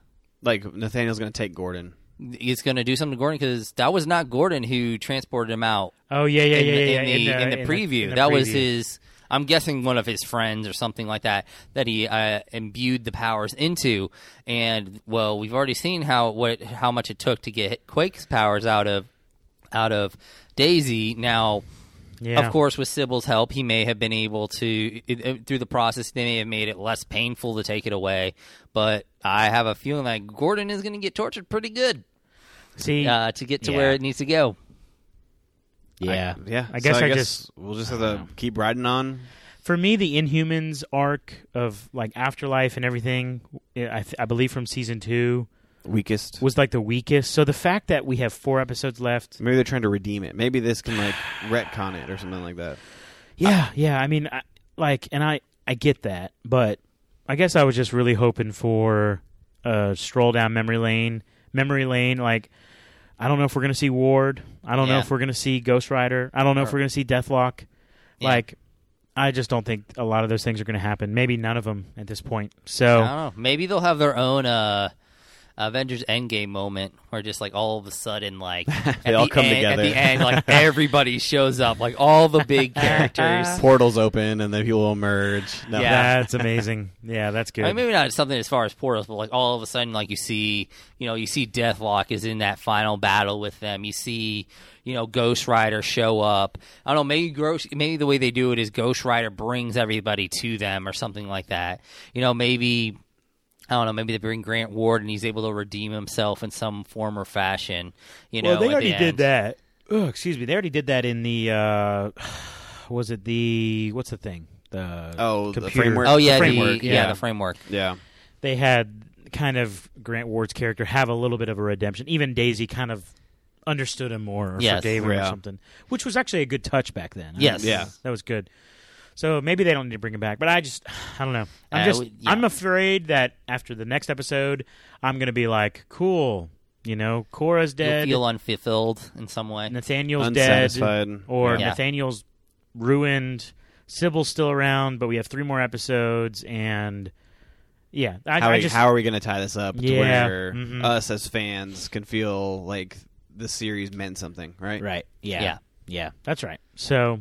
Speaker 2: like Nathaniel's gonna take Gordon.
Speaker 3: he's going to do something to Gordon because that was not Gordon who transported him out
Speaker 1: Oh yeah, yeah,
Speaker 3: in,
Speaker 1: yeah,
Speaker 3: the,
Speaker 1: yeah.
Speaker 3: in, the, in the preview.
Speaker 1: in the
Speaker 3: that was
Speaker 1: preview.
Speaker 3: his. I'm guessing one of his friends or something like that that he uh, imbued the powers into. And well, we've already seen how what how much it took to get Quake's powers out of out of Daisy. Now,
Speaker 1: Yeah.
Speaker 3: of course, with Sybil's help, he may have been able to it- it- through the process. They may have made it less painful to take it away. But I have a feeling that Gordon is going to get tortured pretty good
Speaker 1: See,
Speaker 3: uh, to get to
Speaker 1: Yeah.
Speaker 3: where it needs to go.
Speaker 1: yeah,
Speaker 2: Yeah,
Speaker 1: I guess
Speaker 2: so
Speaker 1: I, just
Speaker 2: we'll just have to keep riding on.
Speaker 1: for me the Inhumans arc of like afterlife and everything. I, th- I believe from season two
Speaker 2: Weakest.
Speaker 1: was like the weakest. So the fact that we have four episodes left.
Speaker 2: Maybe they're trying to redeem it. Maybe this can like retcon it or something like that.
Speaker 1: Yeah, yeah. I mean, I, like, and I I get that, but I guess I was just really hoping for a stroll down memory lane. Memory lane, like. I don't know if we're gonna see Ward. I don't know
Speaker 3: Yeah.
Speaker 1: if we're gonna see Ghost Rider. I don't know if
Speaker 2: Right.
Speaker 1: we're gonna see Deathlock.
Speaker 3: Yeah.
Speaker 1: Like, I just don't think a lot of those things are gonna happen. Maybe none of them at this point. So
Speaker 3: I don't know. Maybe they'll have their own uh, Avengers Endgame moment where just like all of a sudden, like at
Speaker 2: all
Speaker 3: the
Speaker 2: come
Speaker 3: end,
Speaker 2: together.
Speaker 3: At the end, like everybody shows up, like all the big characters.
Speaker 2: Portals open and then people emerge. No.
Speaker 3: Yeah.
Speaker 1: That's amazing. Yeah, that's good.
Speaker 3: I mean, maybe not something as far as portals, but like all of a sudden, like you see, you know, you see Deathlock is in that final battle with them. You see, you know, Ghost Rider show up. I don't know. Maybe Ghost, maybe the way they do it is Ghost Rider brings everybody to them or something like that. You know, maybe I don't know. Maybe they bring Grant Ward and he's able to redeem himself in some form or fashion. You know,
Speaker 1: well, they
Speaker 3: at the
Speaker 1: already did
Speaker 3: end.
Speaker 1: that. Oh, excuse me. They already did that in the. Uh, was it the what's the thing? The
Speaker 2: Oh, the
Speaker 1: computer-
Speaker 2: framework.
Speaker 3: Oh
Speaker 1: The
Speaker 3: yeah, the,
Speaker 1: framework,
Speaker 3: yeah.
Speaker 1: yeah.
Speaker 3: the framework.
Speaker 2: Yeah.
Speaker 1: They had kind of Grant Ward's character have a little bit of a redemption. Even Daisy kind of understood him more, or
Speaker 3: Yes.
Speaker 1: forgave him, or
Speaker 2: Yeah.
Speaker 1: something, which was actually a good touch back then. I
Speaker 3: Yes.
Speaker 1: mean,
Speaker 2: Yeah.
Speaker 1: that was good. So maybe they don't need to bring him back, but I just I don't know. I'm
Speaker 3: Uh,
Speaker 1: just
Speaker 3: we- yeah.
Speaker 1: I'm afraid that after the next episode, I'm going to be like, cool, you know, Cora's
Speaker 3: You'll
Speaker 1: dead.
Speaker 3: feel unfulfilled in some way.
Speaker 1: Nathaniel's
Speaker 2: Unsatisfied.
Speaker 1: dead, or
Speaker 3: Yeah.
Speaker 1: Nathaniel's ruined. Sybil's still around, but we have three more episodes, and yeah, I,
Speaker 2: How,
Speaker 1: I
Speaker 2: are-
Speaker 1: just
Speaker 2: how are we going to tie this up to
Speaker 1: Yeah.
Speaker 2: where
Speaker 1: Mhm.
Speaker 2: us as fans can feel like the series meant something, right?
Speaker 1: right, yeah,
Speaker 3: Yeah.
Speaker 1: yeah, that's right. So,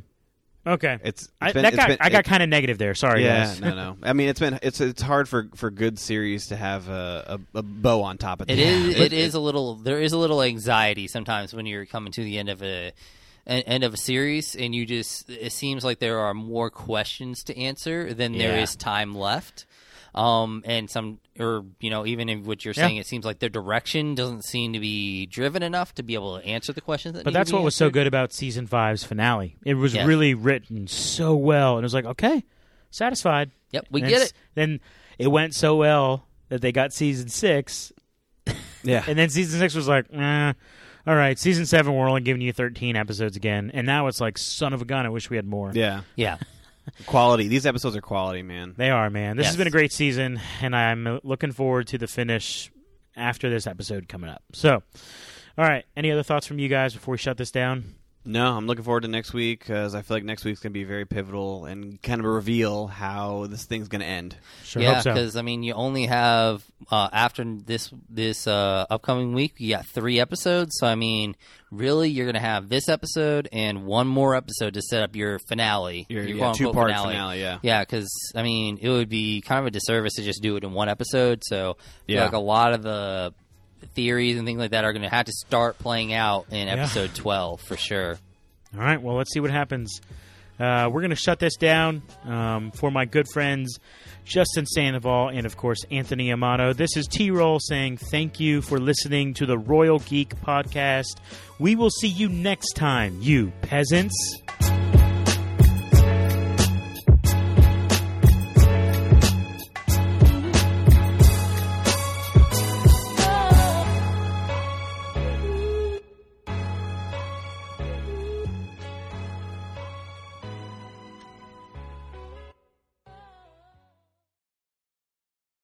Speaker 1: okay,
Speaker 2: It's, it's
Speaker 1: I,
Speaker 2: been-
Speaker 1: that
Speaker 2: it's
Speaker 1: got
Speaker 2: been-
Speaker 1: I got
Speaker 2: it-
Speaker 1: kind of negative there. Sorry,
Speaker 2: yeah,
Speaker 1: guys.
Speaker 2: no, no. I mean, it's been it's it's hard for for good series to have a, a, a bow on top of
Speaker 3: It is. It is a little. There is a little anxiety sometimes when you're coming to the end of a an end of a series, and you just. It seems like there are more questions to answer than there
Speaker 1: Yeah.
Speaker 3: is time left. Um, and some, or you know, even in what you're
Speaker 1: Yeah.
Speaker 3: saying, it seems like the direction doesn't seem to be driven enough to be able to answer the questions. That
Speaker 1: But
Speaker 3: need to
Speaker 1: that's
Speaker 3: be
Speaker 1: what was so
Speaker 3: answered.
Speaker 1: good about season five's finale. It was
Speaker 3: Yes.
Speaker 1: really written so well, and it was like, okay, satisfied.
Speaker 3: Yep, we
Speaker 1: And
Speaker 3: get
Speaker 1: it's-
Speaker 3: it.
Speaker 1: Then it went so well that they got season six,
Speaker 2: yeah.
Speaker 1: And then season six was like, eh, all right, season seven, we're only giving you 13 episodes again. And now it's like, son of a gun, I wish we had more.
Speaker 2: yeah,
Speaker 3: Yeah,
Speaker 2: quality. These episodes are quality, man.
Speaker 1: They are, man. This
Speaker 3: Yes.
Speaker 1: has been a great season, and I'm looking forward to the finish after this episode coming up. So, all right, any other thoughts from you guys before we shut this down?
Speaker 2: No, I'm looking forward to next week because I feel like next week's going to be very pivotal and kind of a reveal how this thing's going to end.
Speaker 1: Sure
Speaker 3: yeah.
Speaker 1: hope so.
Speaker 3: Because I mean, you only have uh, after this this uh, upcoming week, you got three episodes. So I mean, really, you're gonna have this episode and one more episode to set up your finale,
Speaker 2: Your, two
Speaker 3: quote-unquote
Speaker 2: part finale. yeah.
Speaker 3: Yeah, because I mean, it would be kind of a disservice to just do it in one episode. So I feel
Speaker 2: Yeah.
Speaker 3: like a lot of the theories and things like that are going to have to start playing out in episode 12 for sure.
Speaker 1: All right, well, let's see what happens. Uh, we're going to shut this down um, for my good friends Justin Sandoval and, of course, Anthony Amato. This is T Roll saying thank you for listening to the Royal Geek Podcast. We will see you next time, you peasants.